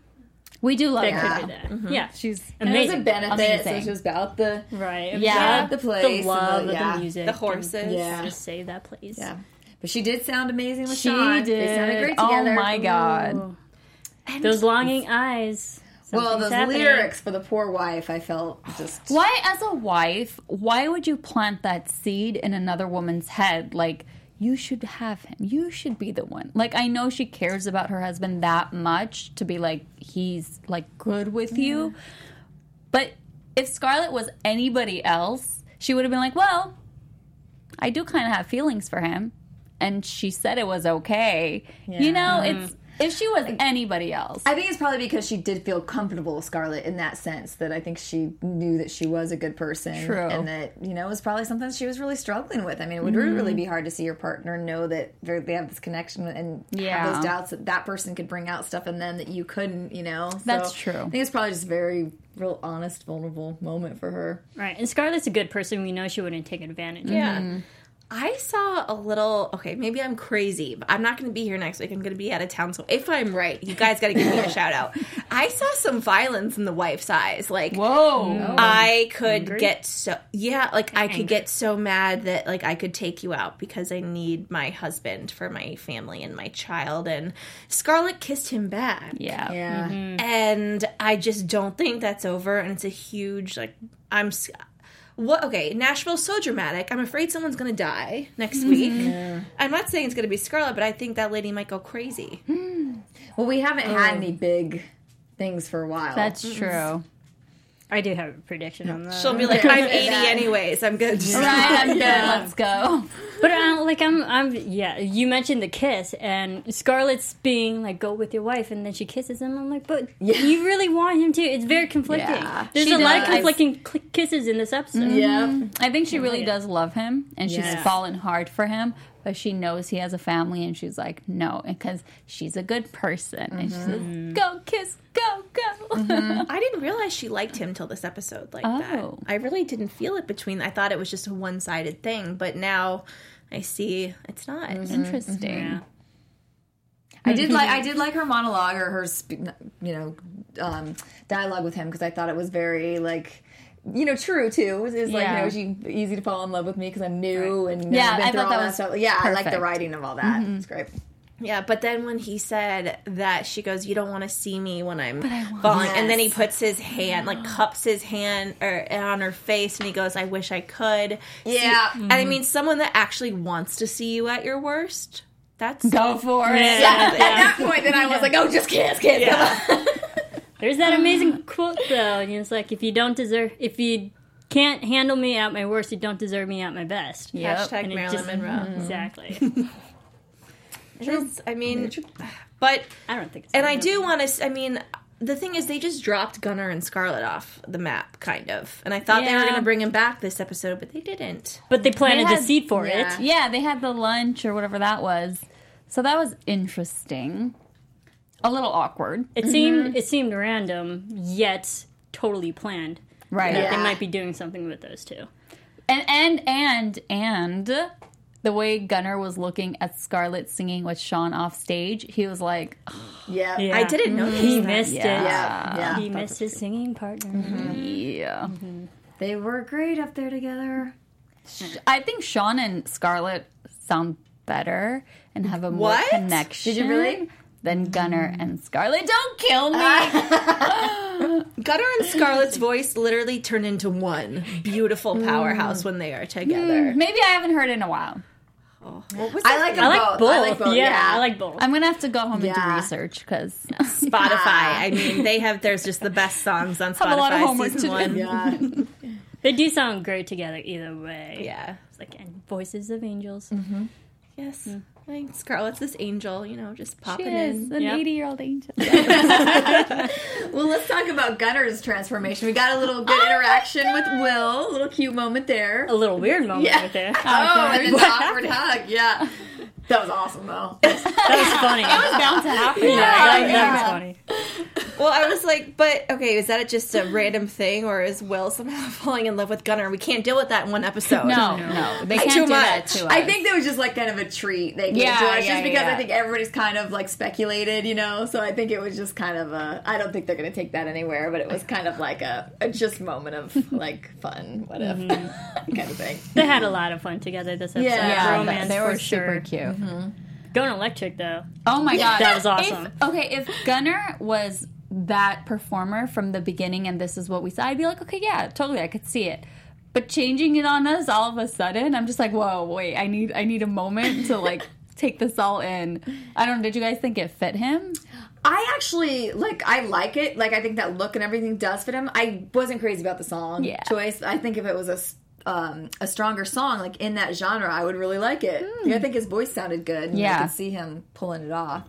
[SPEAKER 5] We do love
[SPEAKER 3] that
[SPEAKER 5] her.
[SPEAKER 3] could be that. Yeah.
[SPEAKER 5] She's
[SPEAKER 1] And it was a
[SPEAKER 3] Amazing.
[SPEAKER 1] benefit. So
[SPEAKER 5] Amazing.
[SPEAKER 1] it was about the
[SPEAKER 3] Right.
[SPEAKER 5] Yeah.
[SPEAKER 1] the
[SPEAKER 3] The
[SPEAKER 1] place,
[SPEAKER 3] love
[SPEAKER 1] and the, yeah.
[SPEAKER 3] of the music.
[SPEAKER 4] The horses.
[SPEAKER 1] Yeah.
[SPEAKER 3] Just save that place.
[SPEAKER 1] Yeah. But she did sound amazing with
[SPEAKER 5] she
[SPEAKER 1] Sean.
[SPEAKER 5] did.
[SPEAKER 1] They sounded great
[SPEAKER 5] oh
[SPEAKER 1] together.
[SPEAKER 5] my god.
[SPEAKER 3] Those longing eyes.
[SPEAKER 1] Well,
[SPEAKER 3] Something's
[SPEAKER 1] those
[SPEAKER 3] happening.
[SPEAKER 1] lyrics for the poor wife, I felt just
[SPEAKER 5] Why, as a wife, why would you plant that seed in another woman's head? Like, you should have him. You should be the one. Like, I know she cares about her husband that much to be like, he's like good with you. But if Scarlett was anybody else, she would have been like, well, I do kind of have feelings for him. And she said it was okay. You know, it's if she was anybody else.
[SPEAKER 1] I think it's probably because she did feel comfortable with Scarlett in that sense that I think she knew that she was a good person.
[SPEAKER 5] True.
[SPEAKER 1] And that, you know, it was probably something she was really struggling with. I mean, it would
[SPEAKER 5] Mm-hmm.
[SPEAKER 1] really be hard to see your partner know that they're- they have this connection and
[SPEAKER 5] Yeah.
[SPEAKER 1] have those doubts that that person could bring out stuff in them that you couldn't, you know? So
[SPEAKER 5] That's true.
[SPEAKER 1] I think it's probably just a very real honest, vulnerable moment for her.
[SPEAKER 3] Right. And Scarlett's a good person. We know she wouldn't take advantage. of
[SPEAKER 4] Yeah.
[SPEAKER 5] Mm-hmm.
[SPEAKER 4] I saw a little. Okay, maybe I'm crazy, but I'm not going to be here next week. I'm going to be out of town. So if I'm right, you guys got to give me a shout out. I saw some violence in the wife's eyes. Like,
[SPEAKER 5] Whoa.
[SPEAKER 4] Mm-hmm. I could get so yeah, like I could get so mad that like I could take you out because I need my husband for my family and my child. And Scarlett kissed him back,
[SPEAKER 5] Yeah.
[SPEAKER 1] Yeah.
[SPEAKER 4] Mm. and I just don't think that's over. And it's a huge like I'm. s- What okay? Nashville's so dramatic. I'm afraid someone's gonna die next week. I'm not saying it's gonna be Scarlett, but I think that lady might go crazy.
[SPEAKER 1] Well, we haven't had
[SPEAKER 5] Um,
[SPEAKER 1] any big things for a while.
[SPEAKER 5] That's true.
[SPEAKER 3] I do have a prediction on that.
[SPEAKER 4] She'll be like, "I'm 80 anyways. I'm gonna just
[SPEAKER 5] Right, I'm good. Let's go.
[SPEAKER 3] But uh, like I'm, I'm yeah. You mentioned the kiss and Scarlett's being like, "Go with your wife," and then she kisses him. I'm like, but you really want him to? It's very conflicting.
[SPEAKER 5] Yeah.
[SPEAKER 3] There's
[SPEAKER 5] She
[SPEAKER 3] a lot of
[SPEAKER 5] does.
[SPEAKER 3] conflicting cl- kisses in this episode.
[SPEAKER 1] Yeah.
[SPEAKER 5] I think she really does love him, and
[SPEAKER 1] Yes.
[SPEAKER 5] she's fallen hard for him. But she knows he has a family, and she's like, no, because she's a good person, and she
[SPEAKER 1] Mm-hmm.
[SPEAKER 5] says, "Go kiss, go, go."
[SPEAKER 4] I didn't realize she liked him till this episode like that.
[SPEAKER 5] Oh.
[SPEAKER 4] I really didn't feel it between. I thought it was just a one sided thing, but now I see it's not.
[SPEAKER 5] Interesting.
[SPEAKER 1] I did like I did like her monologue or her sp- you know um, dialogue with him because I thought it was very like you know, true too. Is, is
[SPEAKER 5] Yeah.
[SPEAKER 1] like, you know, she easy to fall in love with me because I'm new and
[SPEAKER 5] Yeah,
[SPEAKER 1] I've been
[SPEAKER 5] I
[SPEAKER 1] through
[SPEAKER 5] thought
[SPEAKER 1] all
[SPEAKER 5] that was
[SPEAKER 1] stuff. Yeah, I like the
[SPEAKER 5] perfect.
[SPEAKER 1] writing of all that. It's great.
[SPEAKER 4] Yeah, but then when he said that, she goes, "You don't want to see me when I'm falling," and then he puts his hand, like cups his hand or on her face, and he goes, "I wish I could." see-"
[SPEAKER 1] Yeah.
[SPEAKER 4] and
[SPEAKER 3] Mm-hmm.
[SPEAKER 4] I mean, someone that actually wants to see you at your worst. That's
[SPEAKER 5] Go for it.
[SPEAKER 1] Yeah, at that point, then I was like, oh, just kiss, kiss.
[SPEAKER 3] There's that amazing quote though, and it's like if you don't deserve, if you can't handle me at my worst, you don't deserve me at my best.
[SPEAKER 5] Yep.
[SPEAKER 4] hashtag
[SPEAKER 3] And it
[SPEAKER 4] Marilyn
[SPEAKER 3] just- Mm-hmm.
[SPEAKER 4] Monroe.
[SPEAKER 3] Exactly.
[SPEAKER 4] It is, I mean, but
[SPEAKER 3] I don't think. It's
[SPEAKER 4] and I
[SPEAKER 3] Marilyn.
[SPEAKER 4] do want to. I mean, the thing is, they just dropped Gunnar and Scarlet off the map, kind of, and I thought they were
[SPEAKER 3] Yeah.
[SPEAKER 4] going to bring him back this episode, but they didn't.
[SPEAKER 3] but they planted
[SPEAKER 5] They
[SPEAKER 3] the
[SPEAKER 5] had-
[SPEAKER 3] seed for
[SPEAKER 4] yeah.
[SPEAKER 3] it.
[SPEAKER 5] Yeah, they had the lunch or whatever that was. So that was interesting. A little awkward.
[SPEAKER 3] It seemed it seemed random, yet totally planned.
[SPEAKER 5] Right.
[SPEAKER 3] That
[SPEAKER 1] Yeah.
[SPEAKER 3] They might be doing something with those two.
[SPEAKER 5] And and and and the way Gunnar was looking at Scarlett singing with Sean off stage, he was like,
[SPEAKER 1] Yeah.
[SPEAKER 3] Yeah.
[SPEAKER 4] I didn't know
[SPEAKER 3] He
[SPEAKER 4] that.
[SPEAKER 3] missed
[SPEAKER 5] Yeah.
[SPEAKER 3] it.
[SPEAKER 1] Yeah. yeah.
[SPEAKER 3] He missed his singing partner.
[SPEAKER 1] Mm-hmm.
[SPEAKER 5] "Yeah."
[SPEAKER 1] They were great up there together.
[SPEAKER 5] I think Sean and Scarlett sound better and have a more
[SPEAKER 4] What?
[SPEAKER 5] connection.
[SPEAKER 1] Did you really?
[SPEAKER 5] Than Gunnar and Scarlett. Don't kill me.
[SPEAKER 4] Gutter and Scarlett's voice literally turned into one beautiful powerhouse when they are together. Oh,
[SPEAKER 5] Maybe I haven't heard in a while.
[SPEAKER 4] Mm-hmm. What was
[SPEAKER 1] I
[SPEAKER 4] that?
[SPEAKER 1] like them
[SPEAKER 3] I like both.
[SPEAKER 1] both. I like both.
[SPEAKER 3] Yeah,
[SPEAKER 1] yeah.
[SPEAKER 3] I like both.
[SPEAKER 5] I'm gonna have to go home and
[SPEAKER 1] Yeah.
[SPEAKER 5] do research because
[SPEAKER 4] Spotify. I mean, they have there's just the best songs on Spotify.
[SPEAKER 5] a lot of homework
[SPEAKER 4] season
[SPEAKER 5] to do.
[SPEAKER 4] one. Yeah.
[SPEAKER 1] Yeah.
[SPEAKER 3] They do sound great together either way.
[SPEAKER 4] yeah.
[SPEAKER 3] It's like and voices of angels.
[SPEAKER 4] Yes. Like Scarlett's this angel, you know, just
[SPEAKER 5] she
[SPEAKER 4] popping
[SPEAKER 5] is
[SPEAKER 4] in.
[SPEAKER 5] an
[SPEAKER 3] Yep.
[SPEAKER 5] 80 year old angel.
[SPEAKER 1] Well, let's talk about Gunner's transformation. We got a little good interaction with Will, a little cute moment there.
[SPEAKER 3] A little weird moment
[SPEAKER 1] Yeah.
[SPEAKER 3] right there.
[SPEAKER 1] Oh, and then the awkward hug. Yeah. That was awesome, though.
[SPEAKER 3] That was funny.
[SPEAKER 5] bound to happen.
[SPEAKER 3] that, that was funny.
[SPEAKER 4] Well, I was like, but okay, is that just a random thing, or is Will somehow falling in love with Gunnar? We can't deal with that in one episode.
[SPEAKER 5] No, no, they can't
[SPEAKER 4] Too
[SPEAKER 5] do that
[SPEAKER 4] much.
[SPEAKER 5] to us.
[SPEAKER 1] I think that was just like kind of a treat they gave
[SPEAKER 5] Yeah,
[SPEAKER 1] to us,
[SPEAKER 5] yeah,
[SPEAKER 1] just because
[SPEAKER 5] yeah.
[SPEAKER 1] I think everybody's kind of like speculated, you know. So I think it was just kind of a. I don't think they're going to take that anywhere, but it was kind of like a, a just moment of like fun, what if
[SPEAKER 5] Mm-hmm.
[SPEAKER 1] kind of thing.
[SPEAKER 3] They had a lot of fun together this episode.
[SPEAKER 1] Yeah. Yeah,
[SPEAKER 3] Romance
[SPEAKER 5] they were
[SPEAKER 3] for
[SPEAKER 5] super
[SPEAKER 3] sure.
[SPEAKER 5] cute.
[SPEAKER 3] Going electric though.
[SPEAKER 5] Oh my god,
[SPEAKER 3] That was awesome.
[SPEAKER 5] If, okay, if Gunner was that performer from the beginning, and this is what we saw, I'd be like, okay, yeah, totally, I could see it. But changing it on us all of a sudden, I'm just like, whoa, wait, I need, I need a moment to like take this all in. I don't. know, Did you guys think it fit him?
[SPEAKER 1] I actually like. I like it. Like I think that look and everything does fit him. I wasn't crazy about the song
[SPEAKER 5] Yeah.
[SPEAKER 1] choice. I think if it was a s- um, a stronger song, like in that genre, I would really like it. Yeah, I think his voice sounded good. And I
[SPEAKER 5] Hmm. Yeah.
[SPEAKER 1] could see him pulling it off.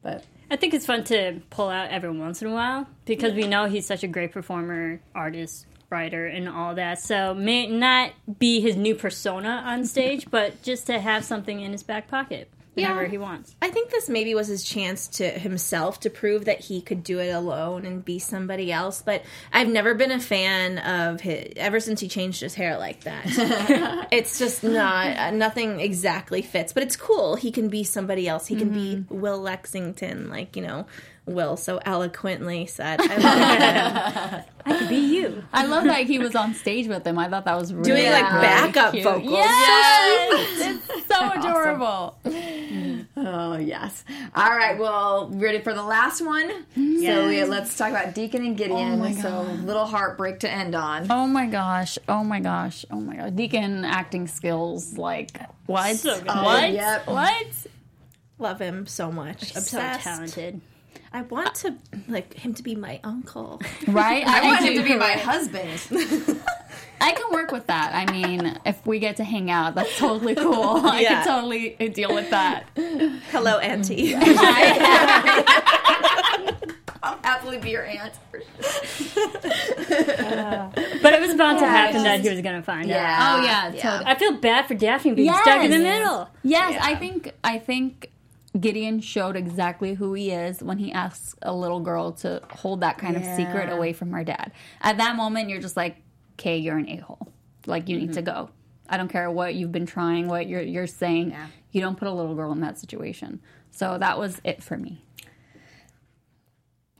[SPEAKER 1] But
[SPEAKER 3] I think it's fun to pull out every once in a while because we know he's such a great performer, artist, writer, and all that. So may not be his new persona on stage, but just to have something in his back pocket whenever
[SPEAKER 4] Yeah.
[SPEAKER 3] he wants.
[SPEAKER 4] I think this maybe was his chance to himself to prove that he could do it alone and be somebody else. But I've never been a fan of his ever since he changed his hair like that. it's just not uh, nothing exactly fits. But it's cool. He can be somebody else. He can be Will Lexington, like you know, Will so eloquently said. I love it.
[SPEAKER 3] I could be you.
[SPEAKER 5] I love that he was on stage with him. I thought that was really
[SPEAKER 4] doing like
[SPEAKER 5] really
[SPEAKER 4] backup
[SPEAKER 5] cute.
[SPEAKER 4] vocals.
[SPEAKER 5] Yes, it's so adorable.
[SPEAKER 1] oh yes. All right. Well, ready for the last one? So we, let's talk about Deacon and Gideon. so little heartbreak to end on.
[SPEAKER 5] Oh my gosh! Oh my gosh! Oh my god! Deacon acting skills like what?
[SPEAKER 3] So good.
[SPEAKER 5] What?
[SPEAKER 1] Yep.
[SPEAKER 5] What?
[SPEAKER 4] Love him so much.
[SPEAKER 3] So
[SPEAKER 4] Obsessed.
[SPEAKER 3] talented. Uh,
[SPEAKER 4] I want to like him to be my uncle.
[SPEAKER 5] Right? I,
[SPEAKER 1] I want
[SPEAKER 5] I
[SPEAKER 1] him
[SPEAKER 5] do-
[SPEAKER 1] to be my husband.
[SPEAKER 5] I can work with that. I mean, if we get to hang out, that's totally cool. I
[SPEAKER 4] Yeah.
[SPEAKER 5] can totally uh, deal with that.
[SPEAKER 4] Hello, Auntie.
[SPEAKER 1] I'll happily be your aunt. For sure.
[SPEAKER 3] But it was about to happen that he was going to find out.
[SPEAKER 5] Oh yeah, totally.
[SPEAKER 3] I feel bad for Daphne being stuck in the
[SPEAKER 5] Yes.
[SPEAKER 3] middle.
[SPEAKER 5] Yes, I think I think Gideon showed exactly who he is when he asks a little girl to hold that kind of secret away from her dad. At that moment, you're just like, "Okay, you're an a-hole. Like you need to go. I don't care what you've been trying, what you're you're saying. You don't put a little girl in that situation." So that was it for me.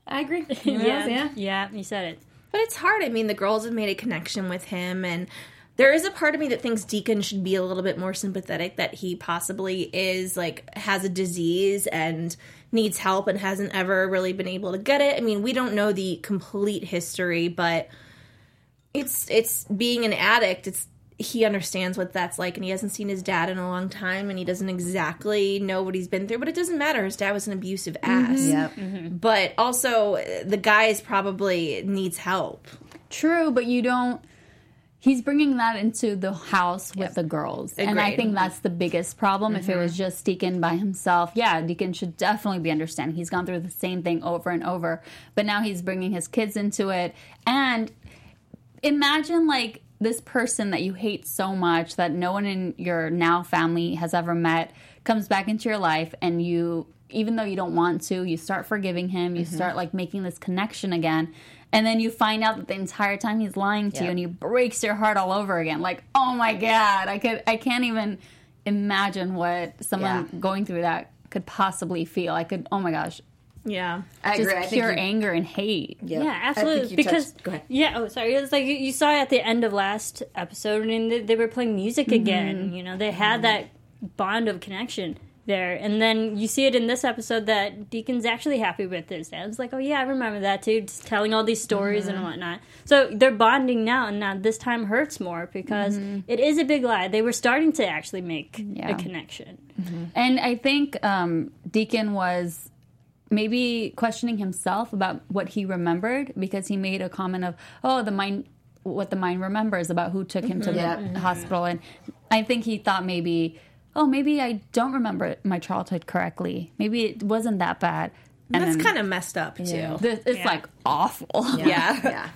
[SPEAKER 1] I agree.
[SPEAKER 3] Yeah,
[SPEAKER 1] yeah.
[SPEAKER 3] yeah, you said it.
[SPEAKER 4] But it's hard. I mean, the girls have made a connection with him, and there is a part of me that thinks Deacon should be a little bit more sympathetic that he possibly is like has a disease and needs help and hasn't ever really been able to get it. I mean, we don't know the complete history, but it's it's being an addict it's he understands what that's like and he hasn't seen his dad in a long time and he doesn't exactly know what he's been through but it doesn't matter his dad was an abusive ass
[SPEAKER 1] Yep.
[SPEAKER 4] but also uh, the guy is probably needs help
[SPEAKER 5] True, but you don't. He's bringing that into the house with the girls, and I
[SPEAKER 4] Agreed.
[SPEAKER 5] think that's the biggest problem. If it was just Deacon by himself, yeah, Deacon should definitely be understanding. He's gone through the same thing over and over, but now he's bringing his kids into it. And imagine like this person that you hate so much that no one in your now family has ever met comes back into your life and you even though you don't want to you start forgiving him
[SPEAKER 1] Mm-hmm.
[SPEAKER 5] you start like making this connection again and then you find out that the entire time he's lying to you and he breaks your heart all over again like oh my god i could i can't even imagine what someone
[SPEAKER 1] Yeah.
[SPEAKER 5] going through that could possibly feel i could oh my gosh
[SPEAKER 4] yeah
[SPEAKER 1] I
[SPEAKER 5] just
[SPEAKER 1] agree. I think
[SPEAKER 5] pure
[SPEAKER 1] you-
[SPEAKER 5] anger and hate
[SPEAKER 1] Yep.
[SPEAKER 3] Yeah,
[SPEAKER 1] I think
[SPEAKER 3] absolutely.
[SPEAKER 1] you
[SPEAKER 3] Because
[SPEAKER 1] touched- go ahead.
[SPEAKER 3] yeah, oh sorry, it's like you, you saw at the end of last episode, and they, they were playing music
[SPEAKER 1] Mm-hmm.
[SPEAKER 3] again. You know, they had that bond of connection there, and then you see it in this episode that Deacon's actually happy with his dad. It's like, oh yeah, I remember that too, just telling all these stories
[SPEAKER 1] Mm-hmm.
[SPEAKER 3] and whatnot. So they're bonding now, and now this time hurts more because
[SPEAKER 1] Mm-hmm.
[SPEAKER 3] it is a big lie. They were starting to actually make
[SPEAKER 5] Yeah.
[SPEAKER 3] a connection.
[SPEAKER 5] And I think um, Deacon was maybe questioning himself about what he remembered because he made a comment of, "Oh, the mind, what the mind remembers about who took him to
[SPEAKER 1] Yep.
[SPEAKER 5] the hospital." And I think he thought maybe, "Oh, maybe I don't remember my childhood correctly. Maybe it wasn't that bad." And
[SPEAKER 4] that's
[SPEAKER 5] then
[SPEAKER 4] kind of messed up too yeah,
[SPEAKER 5] this, it's like awful.
[SPEAKER 1] yeah.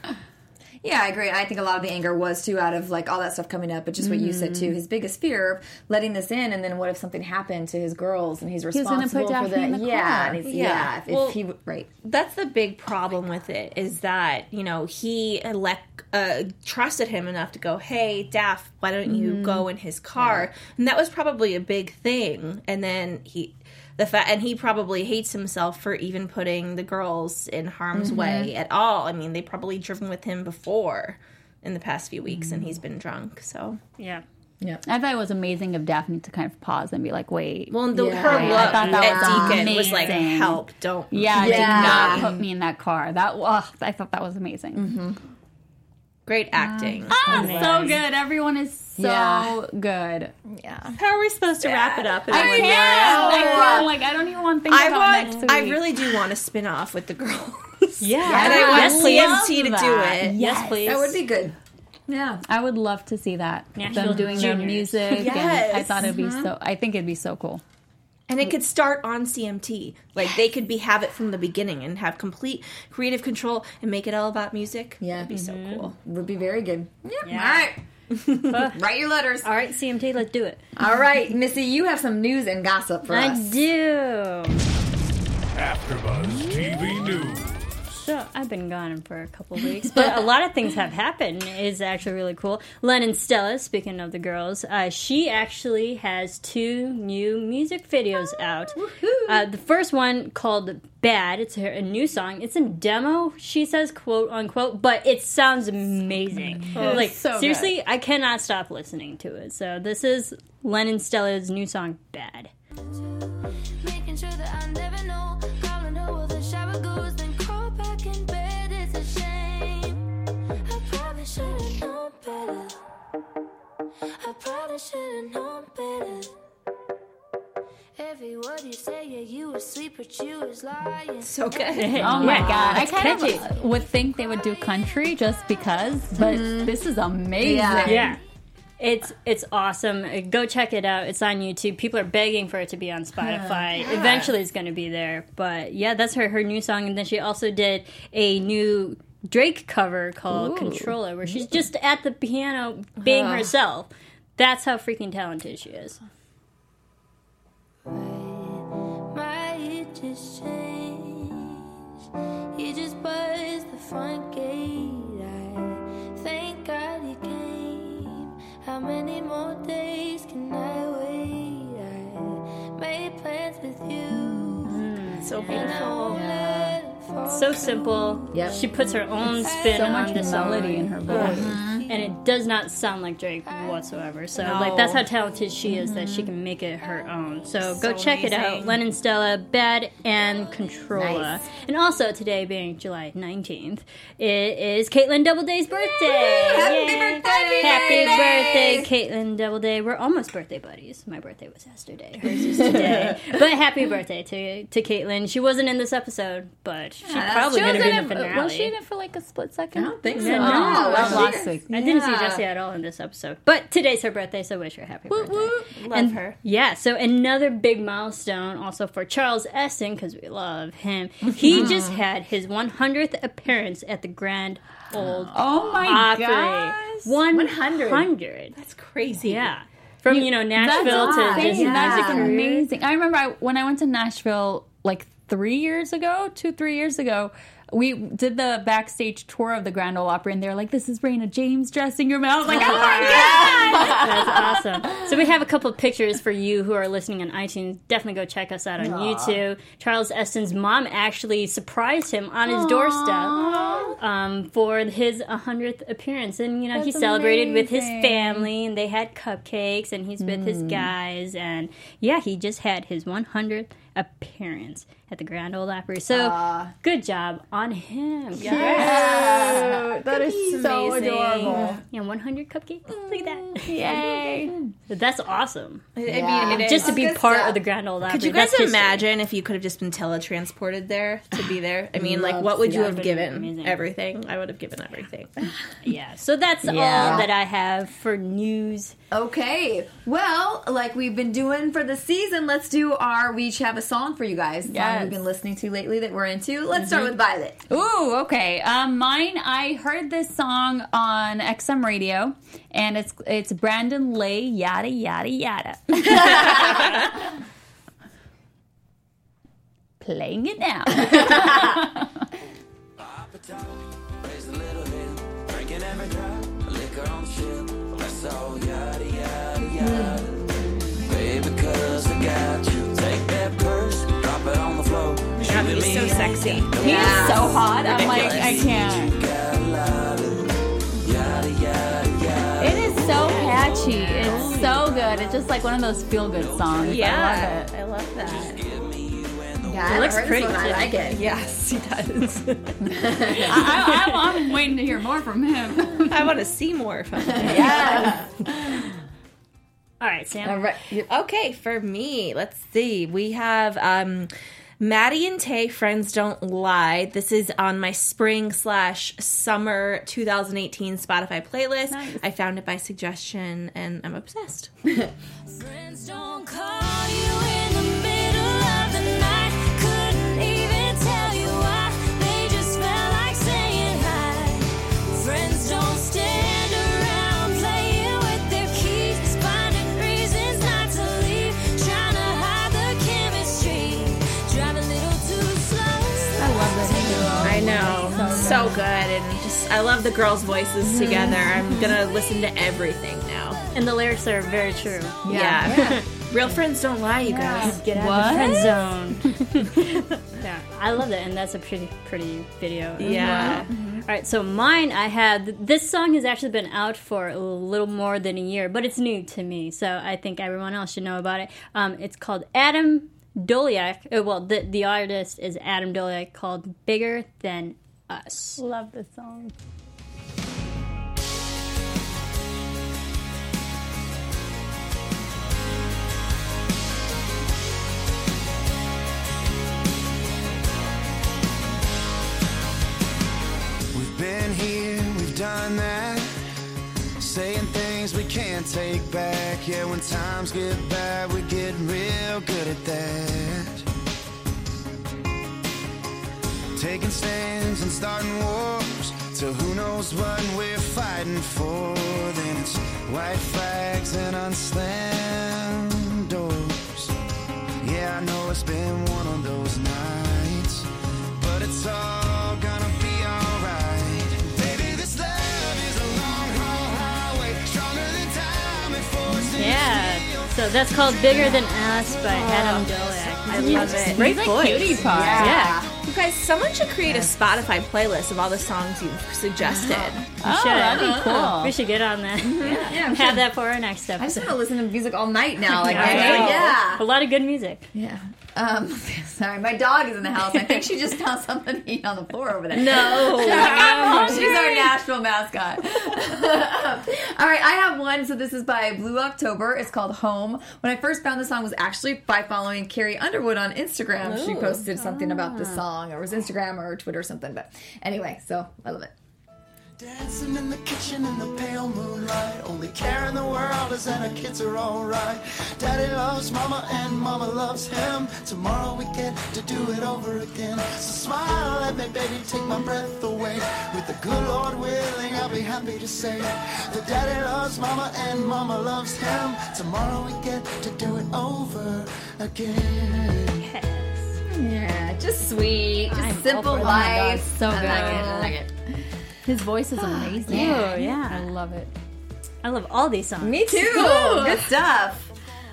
[SPEAKER 1] Yeah, I agree. I think a lot of the anger was too out of like all that stuff coming up, but just what you said too. His biggest fear of letting this in, and then what if something happened to his girls and he's
[SPEAKER 5] gonna put
[SPEAKER 1] responsible for
[SPEAKER 5] Daphne
[SPEAKER 1] the,
[SPEAKER 5] in the
[SPEAKER 1] yeah,
[SPEAKER 5] car.
[SPEAKER 1] and he's- yeah,
[SPEAKER 4] Yeah.
[SPEAKER 1] If, if
[SPEAKER 4] Well-
[SPEAKER 1] he w- right,
[SPEAKER 4] that's the big problem with it is that you know he elect, uh, trusted him enough to go hey daff why don't you
[SPEAKER 5] Mm-hmm.
[SPEAKER 4] go in his car and that was probably a big thing and then he the fa- and he probably hates himself for even putting the girls in harm's
[SPEAKER 5] Mm-hmm.
[SPEAKER 4] way at all i mean they probably driven with him before in the past few weeks and
[SPEAKER 5] Mm.
[SPEAKER 4] he's been drunk so
[SPEAKER 3] Yeah.
[SPEAKER 5] I thought it was amazing of Daphne to kind of pause and be like, "Wait."
[SPEAKER 4] well and the,
[SPEAKER 1] Yeah.
[SPEAKER 4] her
[SPEAKER 1] I
[SPEAKER 4] look
[SPEAKER 5] thought that
[SPEAKER 4] at
[SPEAKER 5] was
[SPEAKER 4] deacon was like
[SPEAKER 5] amazing.
[SPEAKER 4] help don't
[SPEAKER 5] yeah,
[SPEAKER 1] Yeah.
[SPEAKER 5] did not put me in that car. That ugh, I thought that was amazing.
[SPEAKER 4] great acting
[SPEAKER 5] Ah, so good. Everyone is so
[SPEAKER 1] Yeah.
[SPEAKER 5] good.
[SPEAKER 4] how are we supposed to wrap it up in one word?
[SPEAKER 5] I know. I'm like, I don't even want to think
[SPEAKER 4] I
[SPEAKER 5] about
[SPEAKER 4] want.
[SPEAKER 5] next
[SPEAKER 4] I
[SPEAKER 5] week.
[SPEAKER 4] really do want a spin off with the girls.
[SPEAKER 3] Yeah.
[SPEAKER 4] and I want
[SPEAKER 3] Yes, please.
[SPEAKER 4] CMT to do
[SPEAKER 5] that.
[SPEAKER 4] it.
[SPEAKER 3] Yes, please.
[SPEAKER 1] that would be good. Yeah,
[SPEAKER 5] I would love to see that.
[SPEAKER 3] Nashville
[SPEAKER 5] Them doing their
[SPEAKER 3] Juniors.
[SPEAKER 5] music.
[SPEAKER 4] Yes.
[SPEAKER 5] And I thought it'd be
[SPEAKER 1] Mm-hmm.
[SPEAKER 5] so. I think it'd be so cool.
[SPEAKER 4] And it could start on CMT. Like they could be have it from the beginning and have complete creative control and make it all about music.
[SPEAKER 1] Yeah. Mm-hmm.
[SPEAKER 4] it'd be so cool.
[SPEAKER 1] would be very good. Yeah.
[SPEAKER 3] Yeah.
[SPEAKER 1] All right, write your letters.
[SPEAKER 3] All right, CMT, let's do it.
[SPEAKER 1] All right, Missy, you have some news and gossip for us.
[SPEAKER 3] I do.
[SPEAKER 2] AfterBuzz TV News.
[SPEAKER 3] So I've been gone for a couple weeks, but a lot of things have happened. Is actually really cool. Len and Stella, speaking of the girls, uh, she actually has two new music videos out. Uh, the first one called "Bad." It's her, a new song. It's in demo. She says "quote unquote," but it sounds amazing. like
[SPEAKER 5] so
[SPEAKER 3] seriously, I cannot stop listening to it. So this is Len and Stella's new song "Bad."
[SPEAKER 7] Making sure that I never know. Calling her while the shower goes, then crawl back in bed. It's a shame. I probably should have known better. I probably should have known better. Every word you say, yeah, you were sweet, but you was lying.
[SPEAKER 4] So good.
[SPEAKER 5] Oh my god! I
[SPEAKER 3] it's
[SPEAKER 5] kind
[SPEAKER 3] catchy.
[SPEAKER 5] of would think they would do country just because, but this is amazing.
[SPEAKER 1] Mm-hmm. Yeah.
[SPEAKER 3] Yeah. It's it's awesome. Uh, Go check it out. It's on YouTube. People are begging for it to be on Spotify. Eventually, it's going to be there. But yeah, that's her her new song. And then she also did a new Drake cover called "Controller," where she's just at the piano being herself. That's how freaking talented she is.
[SPEAKER 7] My head just changed. He just buzzed the front gate. I thank God he came. How many more days can I wait? I made plans with you.
[SPEAKER 4] so
[SPEAKER 7] And I
[SPEAKER 4] beautiful.
[SPEAKER 7] won't let it
[SPEAKER 3] So simple.
[SPEAKER 1] Yep.
[SPEAKER 3] She puts her own spin
[SPEAKER 5] so
[SPEAKER 3] on
[SPEAKER 5] much
[SPEAKER 3] the song.
[SPEAKER 5] melody in her voice.
[SPEAKER 3] and it does not sound like Drake whatsoever. So like that's how talented she is that she can make it her own. Mm-hmm. So, go check it out.
[SPEAKER 4] amazing.
[SPEAKER 3] Lennon Stella, Bad and Controller.
[SPEAKER 1] Nice.
[SPEAKER 3] And also today being July 19th, it is Caitlin Doubleday's birthday.
[SPEAKER 1] Happy
[SPEAKER 3] Yay.
[SPEAKER 1] birthday!
[SPEAKER 3] Happy birthday, Caitlin Doubleday. We're almost birthday buddies. My birthday was yesterday. Hers is today. but happy birthday to to Caitlin. She wasn't in this episode, but Uh, she probably could have been in uh, the finale.
[SPEAKER 5] was she in it for like a split second?
[SPEAKER 1] I don't think so.
[SPEAKER 3] Yeah, no.
[SPEAKER 5] Oh,
[SPEAKER 1] Wow,
[SPEAKER 5] that was
[SPEAKER 1] she
[SPEAKER 5] last
[SPEAKER 1] is-
[SPEAKER 5] week.
[SPEAKER 3] I didn't see
[SPEAKER 1] Yeah.
[SPEAKER 3] Jesse at all in this episode, but today's her birthday, so wish her happy birthday.
[SPEAKER 4] Love
[SPEAKER 3] and
[SPEAKER 4] her.
[SPEAKER 3] Yeah, so another big milestone also for Charles Essen because we love him. He just had his 100th appearance at the Grand Old
[SPEAKER 5] Oh my
[SPEAKER 3] Opry.
[SPEAKER 5] god.
[SPEAKER 3] 100.
[SPEAKER 4] That's crazy.
[SPEAKER 3] Yeah. From, you know, Nashville to
[SPEAKER 5] That's
[SPEAKER 3] Disney.
[SPEAKER 5] amazing. That's like
[SPEAKER 3] Music Career.
[SPEAKER 5] amazing. I remember I, when I went to Nashville like three years ago, two, three years ago. We did the backstage tour of the Grand Ole Opry, and they're like, "This is Raina James' dressing room." And I was like, "Oh my
[SPEAKER 3] That's awesome. So we have a couple pictures for you who are listening on iTunes. Definitely go check us out on YouTube. Charles Eston's mom actually surprised him on his doorstep um, for his 100th appearance, and you know he
[SPEAKER 5] That's
[SPEAKER 3] celebrated with his
[SPEAKER 5] amazing.
[SPEAKER 3] family, and they had cupcakes, and he's with
[SPEAKER 1] Hmm.
[SPEAKER 3] his guys, and yeah, he just had his 100th appearance at the Grand Ole Opry. So good job on him.
[SPEAKER 5] Yeah.
[SPEAKER 1] That is so adorable.
[SPEAKER 3] Yeah, 100 cupcakes. Look at that.
[SPEAKER 5] god!" Yay!
[SPEAKER 3] That's awesome Um,
[SPEAKER 4] I mean,
[SPEAKER 1] Yeah.
[SPEAKER 4] Mm, it is.
[SPEAKER 3] just to be
[SPEAKER 1] Good
[SPEAKER 3] part
[SPEAKER 1] stuff.
[SPEAKER 3] of the Grand Ole Opry.
[SPEAKER 4] Could you
[SPEAKER 3] That's
[SPEAKER 4] guys
[SPEAKER 3] history.
[SPEAKER 4] imagine if you could have just been teletransported there to be there? I mean, like, what would you
[SPEAKER 3] that.
[SPEAKER 4] have
[SPEAKER 3] Would've been
[SPEAKER 4] given?
[SPEAKER 3] amazing.
[SPEAKER 4] Everything. I would have given everything.
[SPEAKER 3] Yeah. So that's
[SPEAKER 1] Yeah.
[SPEAKER 3] all that I have for news.
[SPEAKER 1] Okay. Well, like we've been doing for the season, let's do our. We each have a song for you guys. Song
[SPEAKER 5] Yes.
[SPEAKER 1] we've been listening to lately that we're into. Let's start with Violet.
[SPEAKER 5] Ooh, okay. Um, mine. I heard this song on XM radio, and it's it's Brandon Lay. Yada yada yada. Playing it now.
[SPEAKER 8] Raise a little hill, drinking every drop, liquor on the ship. That's all yada yada yada. Baby, 'cause I got you. Take that purse, drop it on the floor. Shoot at me.
[SPEAKER 4] so sexy.
[SPEAKER 5] He is so hot. I'm like, I can't. It is so catchy. It's so good. It's just like one of those feel good songs.
[SPEAKER 4] Yeah,
[SPEAKER 5] I love
[SPEAKER 4] I love that.
[SPEAKER 1] Yeah, it
[SPEAKER 3] looks pretty,
[SPEAKER 1] I
[SPEAKER 3] too.
[SPEAKER 1] like it.
[SPEAKER 4] Yes, he does.
[SPEAKER 5] it. I, I, I'm waiting to hear more from him.
[SPEAKER 4] I want to see more from him.
[SPEAKER 3] All right, Sam.
[SPEAKER 1] All right.
[SPEAKER 4] Okay, for me, let's see. We have um Maddie and Tay, Friends Don't Lie. This is on my spring slash summer 2018 Spotify playlist. I found it by suggestion and I'm obsessed.
[SPEAKER 7] Friends don't call you in the middle of the night. Couldn't even tell you why. They just felt like saying hi. Friends don't stand around playing with their keys, finding reasons not to leave, trying to hide the chemistry. Drive a little too slow. I love that.
[SPEAKER 4] I know. So good. And just, I love the girls' voices together. I'm going to listen to everything now.
[SPEAKER 3] And the lyrics are very true.
[SPEAKER 4] Yeah. Real friends don't lie, you guys.
[SPEAKER 3] Get out
[SPEAKER 5] What?
[SPEAKER 3] of the friend zone. yeah, I love that, and that's a pretty, pretty video. as
[SPEAKER 4] Yeah.
[SPEAKER 3] All right, so mine, I have this song has actually been out for a little more than a year, but it's new to me, so I think everyone else should know about it. Um, it's called Adam Doliak. uh, Well, the the artist is Adam Doliak, called "Bigger Than Us."
[SPEAKER 5] Love this song.
[SPEAKER 8] We've been here, we've done that. Saying things we can't take back. Yeah, when times get bad, we get real good at that. Taking stands and starting wars to who knows what we're fighting for. Then it's white flags and unslammed doors. Yeah, I know it's been one of those nights, but it's all gonna be alright. Baby, this love is a long haul highway, stronger than time and forces.
[SPEAKER 3] Yeah, so that's called "Bigger Than Us" by Adam Doliak. I love
[SPEAKER 5] Great He's like cutie pie.
[SPEAKER 3] Yeah.
[SPEAKER 4] You guys, someone should create a Spotify playlist of all the songs you've suggested.
[SPEAKER 5] Oh, that'd be cool.
[SPEAKER 3] We should get on that.
[SPEAKER 1] yeah, we should.
[SPEAKER 3] Have that for our next
[SPEAKER 1] I just
[SPEAKER 3] episode.
[SPEAKER 1] want to listen to music all night now. Like, I,
[SPEAKER 3] I know.
[SPEAKER 1] yeah.
[SPEAKER 3] A lot of good music.
[SPEAKER 1] Yeah. Um, sorry, my dog is in the house. I think she just found something to eat on the floor over there.
[SPEAKER 3] No.
[SPEAKER 1] She's our Nashville mascot. All right, I have one. So this is by Blue October. It's called Home. When I first found the song was actually by following Carrie Underwood on Instagram. She posted something about the song, or it was Instagram or Twitter or something. But anyway, so I love it.
[SPEAKER 8] Dancing in the kitchen in the pale moonlight. Only care in the world is that our kids are alright. Daddy loves mama and mama loves him. Tomorrow we get to do it over again. So smile at me, baby, take my breath away. With the good Lord willing, I'll be happy to say that daddy loves mama and mama loves him. Tomorrow we get to do it over again.
[SPEAKER 1] Yeah, just sweet, just simple
[SPEAKER 5] for it. Oh my God,
[SPEAKER 1] life.
[SPEAKER 5] so
[SPEAKER 1] I like
[SPEAKER 5] good.
[SPEAKER 1] it. I like it.
[SPEAKER 5] His voice is amazing.
[SPEAKER 3] Yeah.
[SPEAKER 5] I love it.
[SPEAKER 3] I love all these songs.
[SPEAKER 1] Me too. Good stuff.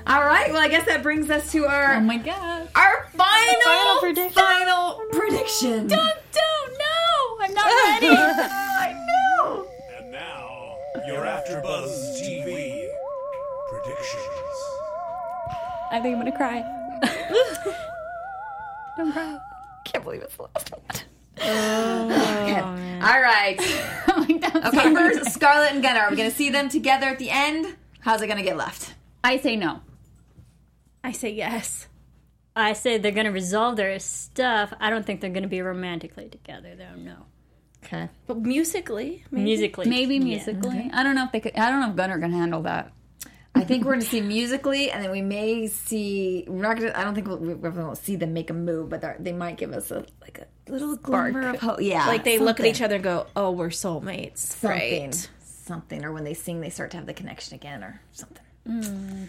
[SPEAKER 1] All right. Well, I guess that brings us to our
[SPEAKER 5] Oh my god.
[SPEAKER 1] our Um, final
[SPEAKER 5] Final prediction.
[SPEAKER 1] Final prediction.
[SPEAKER 5] Don't know. I'm not ready.
[SPEAKER 1] I know.
[SPEAKER 2] And now, your AfterBuzz TV predictions.
[SPEAKER 5] I think I'm gonna cry. Don't cry.
[SPEAKER 1] Can't believe it's the last one. Okay. All right. Okay,
[SPEAKER 5] okay,
[SPEAKER 1] first, Scarlett and Gunnar. Are we going to see them together at the end? How's it going to get left?
[SPEAKER 5] I say no.
[SPEAKER 4] I say yes.
[SPEAKER 3] I say they're going to resolve their stuff. I don't think they're going to be romantically together, though. No.
[SPEAKER 1] Okay.
[SPEAKER 4] But musically, maybe.
[SPEAKER 3] Musically.
[SPEAKER 5] Maybe
[SPEAKER 3] Yeah.
[SPEAKER 5] musically. I don't know if they could. I don't know if Gunnar can handle that.
[SPEAKER 1] I think we're going to see musically, and then we may see. We're not going to. I don't think we'll, we we will see them make a move, but they're- they might give us a like a little glimmer of hope. Yeah,
[SPEAKER 4] Like they look at each other and go, "Oh, we're soulmates."
[SPEAKER 1] something,
[SPEAKER 4] Right.
[SPEAKER 1] something, or when they sing, they start to have the connection again, or something.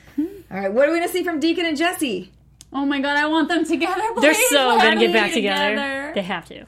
[SPEAKER 1] All right, what are we going to see from Deacon and Jesse?
[SPEAKER 5] Oh my god, I want them together.
[SPEAKER 3] They're
[SPEAKER 5] please.
[SPEAKER 3] so
[SPEAKER 5] Let
[SPEAKER 3] going to
[SPEAKER 5] me
[SPEAKER 3] get back
[SPEAKER 5] be
[SPEAKER 3] together. They have to.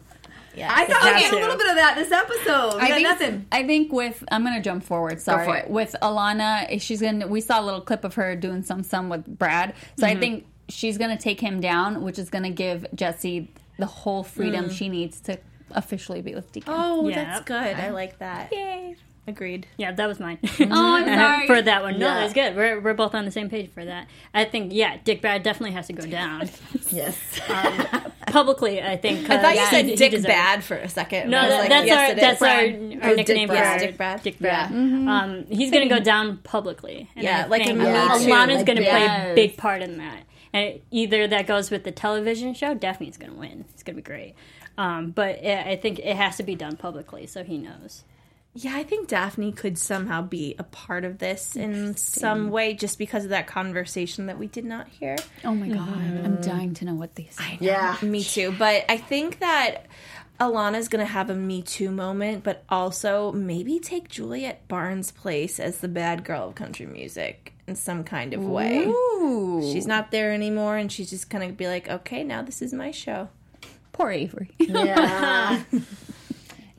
[SPEAKER 1] I thought we had a
[SPEAKER 3] Gotcha.
[SPEAKER 1] little bit of that this episode. We
[SPEAKER 5] I
[SPEAKER 1] got
[SPEAKER 5] think,
[SPEAKER 1] nothing.
[SPEAKER 5] I think with I'm gonna jump forward. Sorry,
[SPEAKER 1] for it.
[SPEAKER 5] with Alana, she's gonna. We saw a little clip of her doing some some with Brad. So
[SPEAKER 1] Mm-hmm.
[SPEAKER 5] I think she's gonna take him down, which is gonna give Jesse the whole freedom
[SPEAKER 1] Mm.
[SPEAKER 5] she needs to officially be with Deacon.
[SPEAKER 4] Oh,
[SPEAKER 3] Yeah.
[SPEAKER 4] that's good. I like that. Yay. Agreed.
[SPEAKER 3] Yeah, that was mine.
[SPEAKER 5] Oh, I'm sorry.
[SPEAKER 3] for that one. No,
[SPEAKER 1] Yeah.
[SPEAKER 3] that's good. We're, we're both on the same page for that. I think, yeah, Dick Brad definitely has to go down.
[SPEAKER 1] Yes.
[SPEAKER 3] Publicly, I think. uh,
[SPEAKER 4] I thought you said
[SPEAKER 3] he- he
[SPEAKER 4] Dick
[SPEAKER 3] deserves-
[SPEAKER 4] Bad for a second.
[SPEAKER 3] No,
[SPEAKER 4] I was
[SPEAKER 3] that,
[SPEAKER 4] like,
[SPEAKER 3] that's
[SPEAKER 4] yes,
[SPEAKER 3] our
[SPEAKER 4] it is.
[SPEAKER 3] that's
[SPEAKER 4] Brad.
[SPEAKER 3] our, our
[SPEAKER 4] Oh,
[SPEAKER 3] nickname
[SPEAKER 4] Dick Brad.
[SPEAKER 3] for
[SPEAKER 4] Dick Brad.
[SPEAKER 3] Dick Brad. Um, he's going to go down publicly. And
[SPEAKER 4] Yeah,
[SPEAKER 3] I
[SPEAKER 4] like in
[SPEAKER 3] think
[SPEAKER 4] Me Too,
[SPEAKER 3] Alana's
[SPEAKER 1] like
[SPEAKER 3] going to play
[SPEAKER 5] yes.
[SPEAKER 3] a big part in that. And either that goes with the television show, Daphne's going to win. It's going to be great. Um, but it, I think it has to be done publicly, so he knows.
[SPEAKER 4] Yeah, I think Daphne could somehow be a part of this in some way just because of that conversation that we did not hear.
[SPEAKER 5] Oh my god, I'm dying to know what these. I
[SPEAKER 1] Mm-hmm. yeah.
[SPEAKER 4] Me too. But I think that Alana's going to have a Me Too moment, but also maybe take Juliet Barnes' place as the bad girl of country music in some kind of way. She's not there anymore, and she's just going to be like, okay, now this is my show.
[SPEAKER 5] poor Avery.
[SPEAKER 1] Yeah.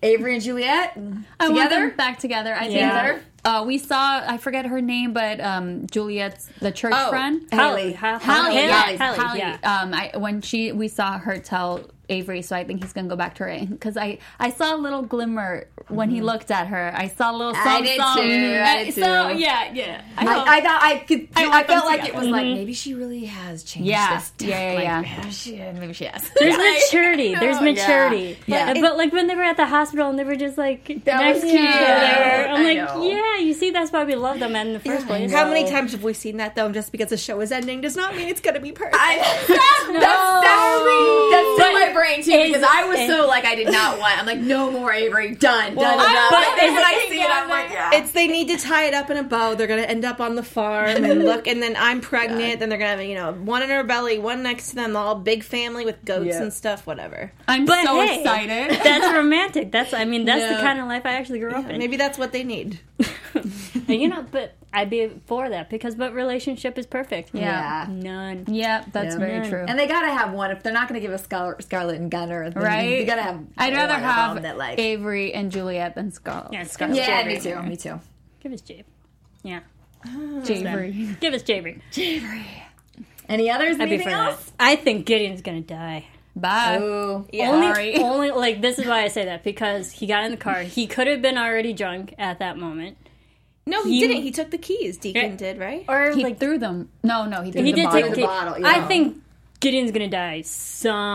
[SPEAKER 1] Avery and Juliet
[SPEAKER 5] I want
[SPEAKER 1] together.
[SPEAKER 5] them back together. I
[SPEAKER 3] Yeah.
[SPEAKER 5] think. Uh, we saw. I forget her name, but um, Juliet's the church
[SPEAKER 4] Oh,
[SPEAKER 5] friend.
[SPEAKER 1] Hallie.
[SPEAKER 3] Hallie,
[SPEAKER 5] Hallie,
[SPEAKER 3] Hallie,
[SPEAKER 5] yeah,
[SPEAKER 3] Hallie,
[SPEAKER 5] Hallie.
[SPEAKER 3] yeah.
[SPEAKER 5] Um, I, when she we saw her tell Avery, so I think he's gonna go back to her because I I saw a little glimmer when he looked at her. I saw a little.
[SPEAKER 1] Mm-hmm. I
[SPEAKER 5] some-
[SPEAKER 1] did
[SPEAKER 5] some-
[SPEAKER 1] too, I
[SPEAKER 5] Uh,
[SPEAKER 1] did
[SPEAKER 5] so
[SPEAKER 1] too.
[SPEAKER 5] yeah, yeah. I hope-
[SPEAKER 1] I, I thought I could. I,
[SPEAKER 5] want
[SPEAKER 1] felt
[SPEAKER 5] them
[SPEAKER 1] like it
[SPEAKER 5] together.
[SPEAKER 1] was like maybe she really has changed.
[SPEAKER 5] Yeah.
[SPEAKER 1] This time.
[SPEAKER 5] Yeah, yeah,
[SPEAKER 1] Like,
[SPEAKER 5] yeah.
[SPEAKER 1] maybe she- maybe she has.
[SPEAKER 3] There's maturity. There's maturity.
[SPEAKER 1] Yeah.
[SPEAKER 3] But, but, like when they were at the hospital and they were just like next
[SPEAKER 1] was
[SPEAKER 3] to each
[SPEAKER 1] cute.
[SPEAKER 3] other, I'm
[SPEAKER 1] I
[SPEAKER 3] like,
[SPEAKER 1] know.
[SPEAKER 3] yeah, you see, that's why we love them in the first place.
[SPEAKER 4] How many times have we seen that though? Just because the show is ending does not mean it's going to be perfect.
[SPEAKER 1] I, that's that's that's in my brain too because I was so like I did not want. I'm like no more Avery. Done. done.
[SPEAKER 4] I
[SPEAKER 1] done.
[SPEAKER 4] love
[SPEAKER 1] But
[SPEAKER 4] it.
[SPEAKER 1] then when I see it, I'm like yeah.
[SPEAKER 4] It's they need to tie it up in a bow. They're gonna end up on the farm and look, and then I'm pregnant. Then they're gonna have you know one in her belly, one next to them, all big family with goats
[SPEAKER 1] Yeah.
[SPEAKER 4] and stuff, whatever.
[SPEAKER 5] I'm
[SPEAKER 3] But
[SPEAKER 5] so
[SPEAKER 3] hey.
[SPEAKER 5] excited.
[SPEAKER 3] That's romantic. That's I mean, that's the kind of life I actually grew up in.
[SPEAKER 4] Maybe that's what they need.
[SPEAKER 3] And, you know, but I'd be for that because what relationship is perfect?
[SPEAKER 5] Yeah.
[SPEAKER 3] None.
[SPEAKER 5] Yep, that's
[SPEAKER 1] Yeah.
[SPEAKER 5] very true.
[SPEAKER 1] And they gotta have one if they're not gonna give us Scar- Scarlet and Gunner, then
[SPEAKER 5] right?
[SPEAKER 1] You gotta have.
[SPEAKER 5] I'd rather
[SPEAKER 1] one of
[SPEAKER 5] have
[SPEAKER 1] them that like.
[SPEAKER 5] Avery and Juliet than Scarlett.
[SPEAKER 3] Yeah, Scarlett.
[SPEAKER 1] yeah, me too. Me too.
[SPEAKER 3] Give us Jabe. Yeah.
[SPEAKER 5] Avery.
[SPEAKER 3] Give us Jaber.
[SPEAKER 1] Any others?
[SPEAKER 3] I'd be
[SPEAKER 1] Anything
[SPEAKER 3] for
[SPEAKER 1] else?
[SPEAKER 3] that. I think Gideon's gonna die.
[SPEAKER 5] Bye.
[SPEAKER 1] Ooh.
[SPEAKER 4] Yeah.
[SPEAKER 5] Sorry.
[SPEAKER 3] Only, only like this is why I say that because he got in the car. He could have been already drunk at that moment,
[SPEAKER 4] No, he, didn't. He took the keys. Deacon
[SPEAKER 3] Yeah.
[SPEAKER 4] did, right?
[SPEAKER 3] or
[SPEAKER 5] He
[SPEAKER 3] like
[SPEAKER 5] threw them. No, no, he threw
[SPEAKER 3] he
[SPEAKER 5] the
[SPEAKER 3] did
[SPEAKER 5] bottle.
[SPEAKER 3] take
[SPEAKER 1] the bottle,
[SPEAKER 3] I
[SPEAKER 1] yeah.
[SPEAKER 3] think Gideon's gonna die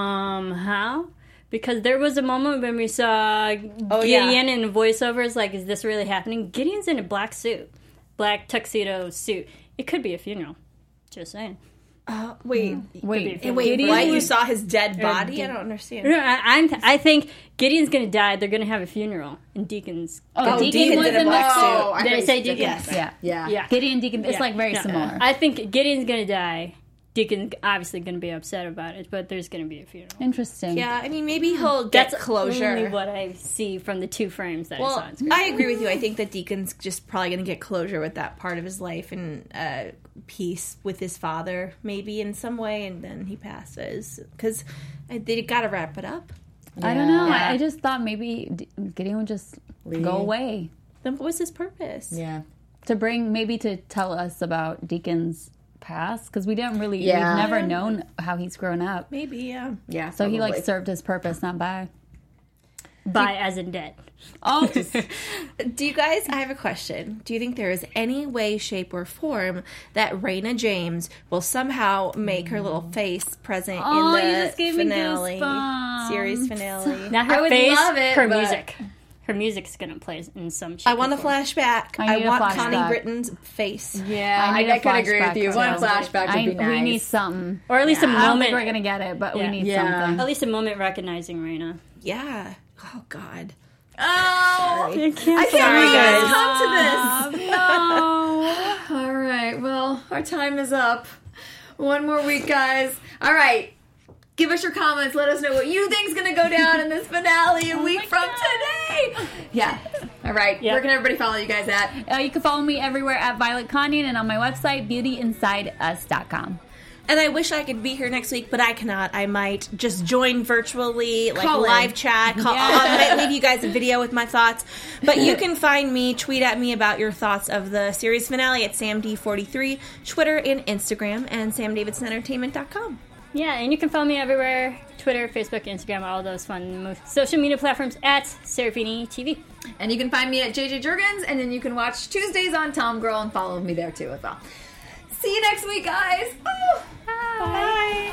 [SPEAKER 3] somehow because there was a moment when we saw
[SPEAKER 4] yeah.
[SPEAKER 3] Gideon in voiceovers like, "Is this really happening?" Gideon's in a black suit, black tuxedo suit. It could be a funeral. Just saying.
[SPEAKER 4] Uh, Wait,
[SPEAKER 5] Wait,
[SPEAKER 3] Could be a
[SPEAKER 4] Hmm. wait.
[SPEAKER 3] funeral.
[SPEAKER 4] What? You saw his dead body? I don't understand.
[SPEAKER 3] No, I, I'm. I think Gideon's gonna die. They're gonna have a funeral, and Deacon's.
[SPEAKER 5] Oh, Deacon,
[SPEAKER 4] Deacon
[SPEAKER 5] was
[SPEAKER 4] did a
[SPEAKER 5] in
[SPEAKER 4] black
[SPEAKER 5] the
[SPEAKER 4] suit.
[SPEAKER 5] suit.
[SPEAKER 1] I
[SPEAKER 3] Did I
[SPEAKER 1] think
[SPEAKER 3] say
[SPEAKER 1] it's-
[SPEAKER 3] Deacon?
[SPEAKER 1] yes.
[SPEAKER 5] Yeah.
[SPEAKER 1] Yeah.
[SPEAKER 3] Yeah.
[SPEAKER 5] Gideon Deacon. It's
[SPEAKER 3] Yeah.
[SPEAKER 5] like very
[SPEAKER 3] No,
[SPEAKER 5] similar.
[SPEAKER 3] I think Gideon's gonna die. Deacon's obviously gonna be upset about it, but there's gonna be a funeral.
[SPEAKER 5] Interesting.
[SPEAKER 4] Yeah, I mean, maybe he'll get
[SPEAKER 3] That's only
[SPEAKER 4] closure.
[SPEAKER 3] what I see from the two frames that I saw.
[SPEAKER 4] Well,
[SPEAKER 3] On screen.
[SPEAKER 4] I agree with you. I think that Deacon's just probably going to get closure with that part of his life and uh, peace with his father, maybe in some way, and then he passes because they got to wrap it up.
[SPEAKER 5] I don't know. I, I just thought maybe D- Gideon would just go away
[SPEAKER 4] Then what was his purpose?
[SPEAKER 1] Yeah.
[SPEAKER 5] to bring maybe to tell us about Deacon's past because we didn't really
[SPEAKER 1] Yeah.
[SPEAKER 5] we've never known how he's grown up.
[SPEAKER 4] Maybe, yeah.
[SPEAKER 1] Yeah.
[SPEAKER 5] So he like served his purpose, not by.
[SPEAKER 3] by as in dead.
[SPEAKER 5] Oh,
[SPEAKER 4] Do you guys? I have a question. Do you think there is any way, shape, or form that Raina James will somehow make her little face present
[SPEAKER 5] Oh,
[SPEAKER 4] in
[SPEAKER 5] you
[SPEAKER 4] the
[SPEAKER 5] just gave me
[SPEAKER 4] finale
[SPEAKER 5] goosebumps.
[SPEAKER 4] series finale?
[SPEAKER 3] Not her
[SPEAKER 1] would
[SPEAKER 3] face,
[SPEAKER 1] love it,
[SPEAKER 3] her
[SPEAKER 1] but-
[SPEAKER 3] music. Her music's gonna play in some.
[SPEAKER 4] I want a flashback.
[SPEAKER 5] I
[SPEAKER 4] I,
[SPEAKER 5] need a
[SPEAKER 4] want
[SPEAKER 5] flashback.
[SPEAKER 4] Connie Britton's face.
[SPEAKER 1] Yeah,
[SPEAKER 5] need
[SPEAKER 1] I, I
[SPEAKER 5] a
[SPEAKER 1] could agree with
[SPEAKER 5] flashback
[SPEAKER 1] you.
[SPEAKER 5] too.
[SPEAKER 1] One flashback would
[SPEAKER 5] I,
[SPEAKER 1] be nice.
[SPEAKER 5] We need something.
[SPEAKER 3] or at least a
[SPEAKER 5] I don't think
[SPEAKER 3] moment.
[SPEAKER 5] we're gonna get it, but
[SPEAKER 3] Yeah.
[SPEAKER 5] we need
[SPEAKER 1] Yeah.
[SPEAKER 5] something.
[SPEAKER 3] at least a moment recognizing Raina.
[SPEAKER 4] Yeah. Oh God.
[SPEAKER 1] oh,
[SPEAKER 3] I can't.
[SPEAKER 1] I can't
[SPEAKER 3] Sorry, guys.
[SPEAKER 1] believe it's come to this. no. All right. Well, our time is up. One more week, guys. All right. Give us your comments. Let us know what you think's going to go down in this finale a week from today. Yeah. All right.
[SPEAKER 3] Yeah.
[SPEAKER 1] Where can everybody follow you guys at?
[SPEAKER 5] Uh, you can follow me everywhere at Violet Canyon and on my website, beautyinsideus.com.
[SPEAKER 4] And I wish I could be here next week, but I cannot. I might just join virtually, like
[SPEAKER 1] Call in.
[SPEAKER 4] live chat. Call, I might leave you guys a video with my thoughts. But you can find me, tweet at me about your thoughts of the series finale at SamD43, Twitter and Instagram, and SamDavidsonEntertainment.com.
[SPEAKER 3] Yeah, and you can follow me everywhere: Twitter, Facebook, Instagram, all those fun mo- social media platforms at Serafini TV.
[SPEAKER 1] And you can find me at JJ Jurgens, and then you can watch Tuesdays on Tom Girl and follow me there too as well. See you next week, guys. Ooh. Bye.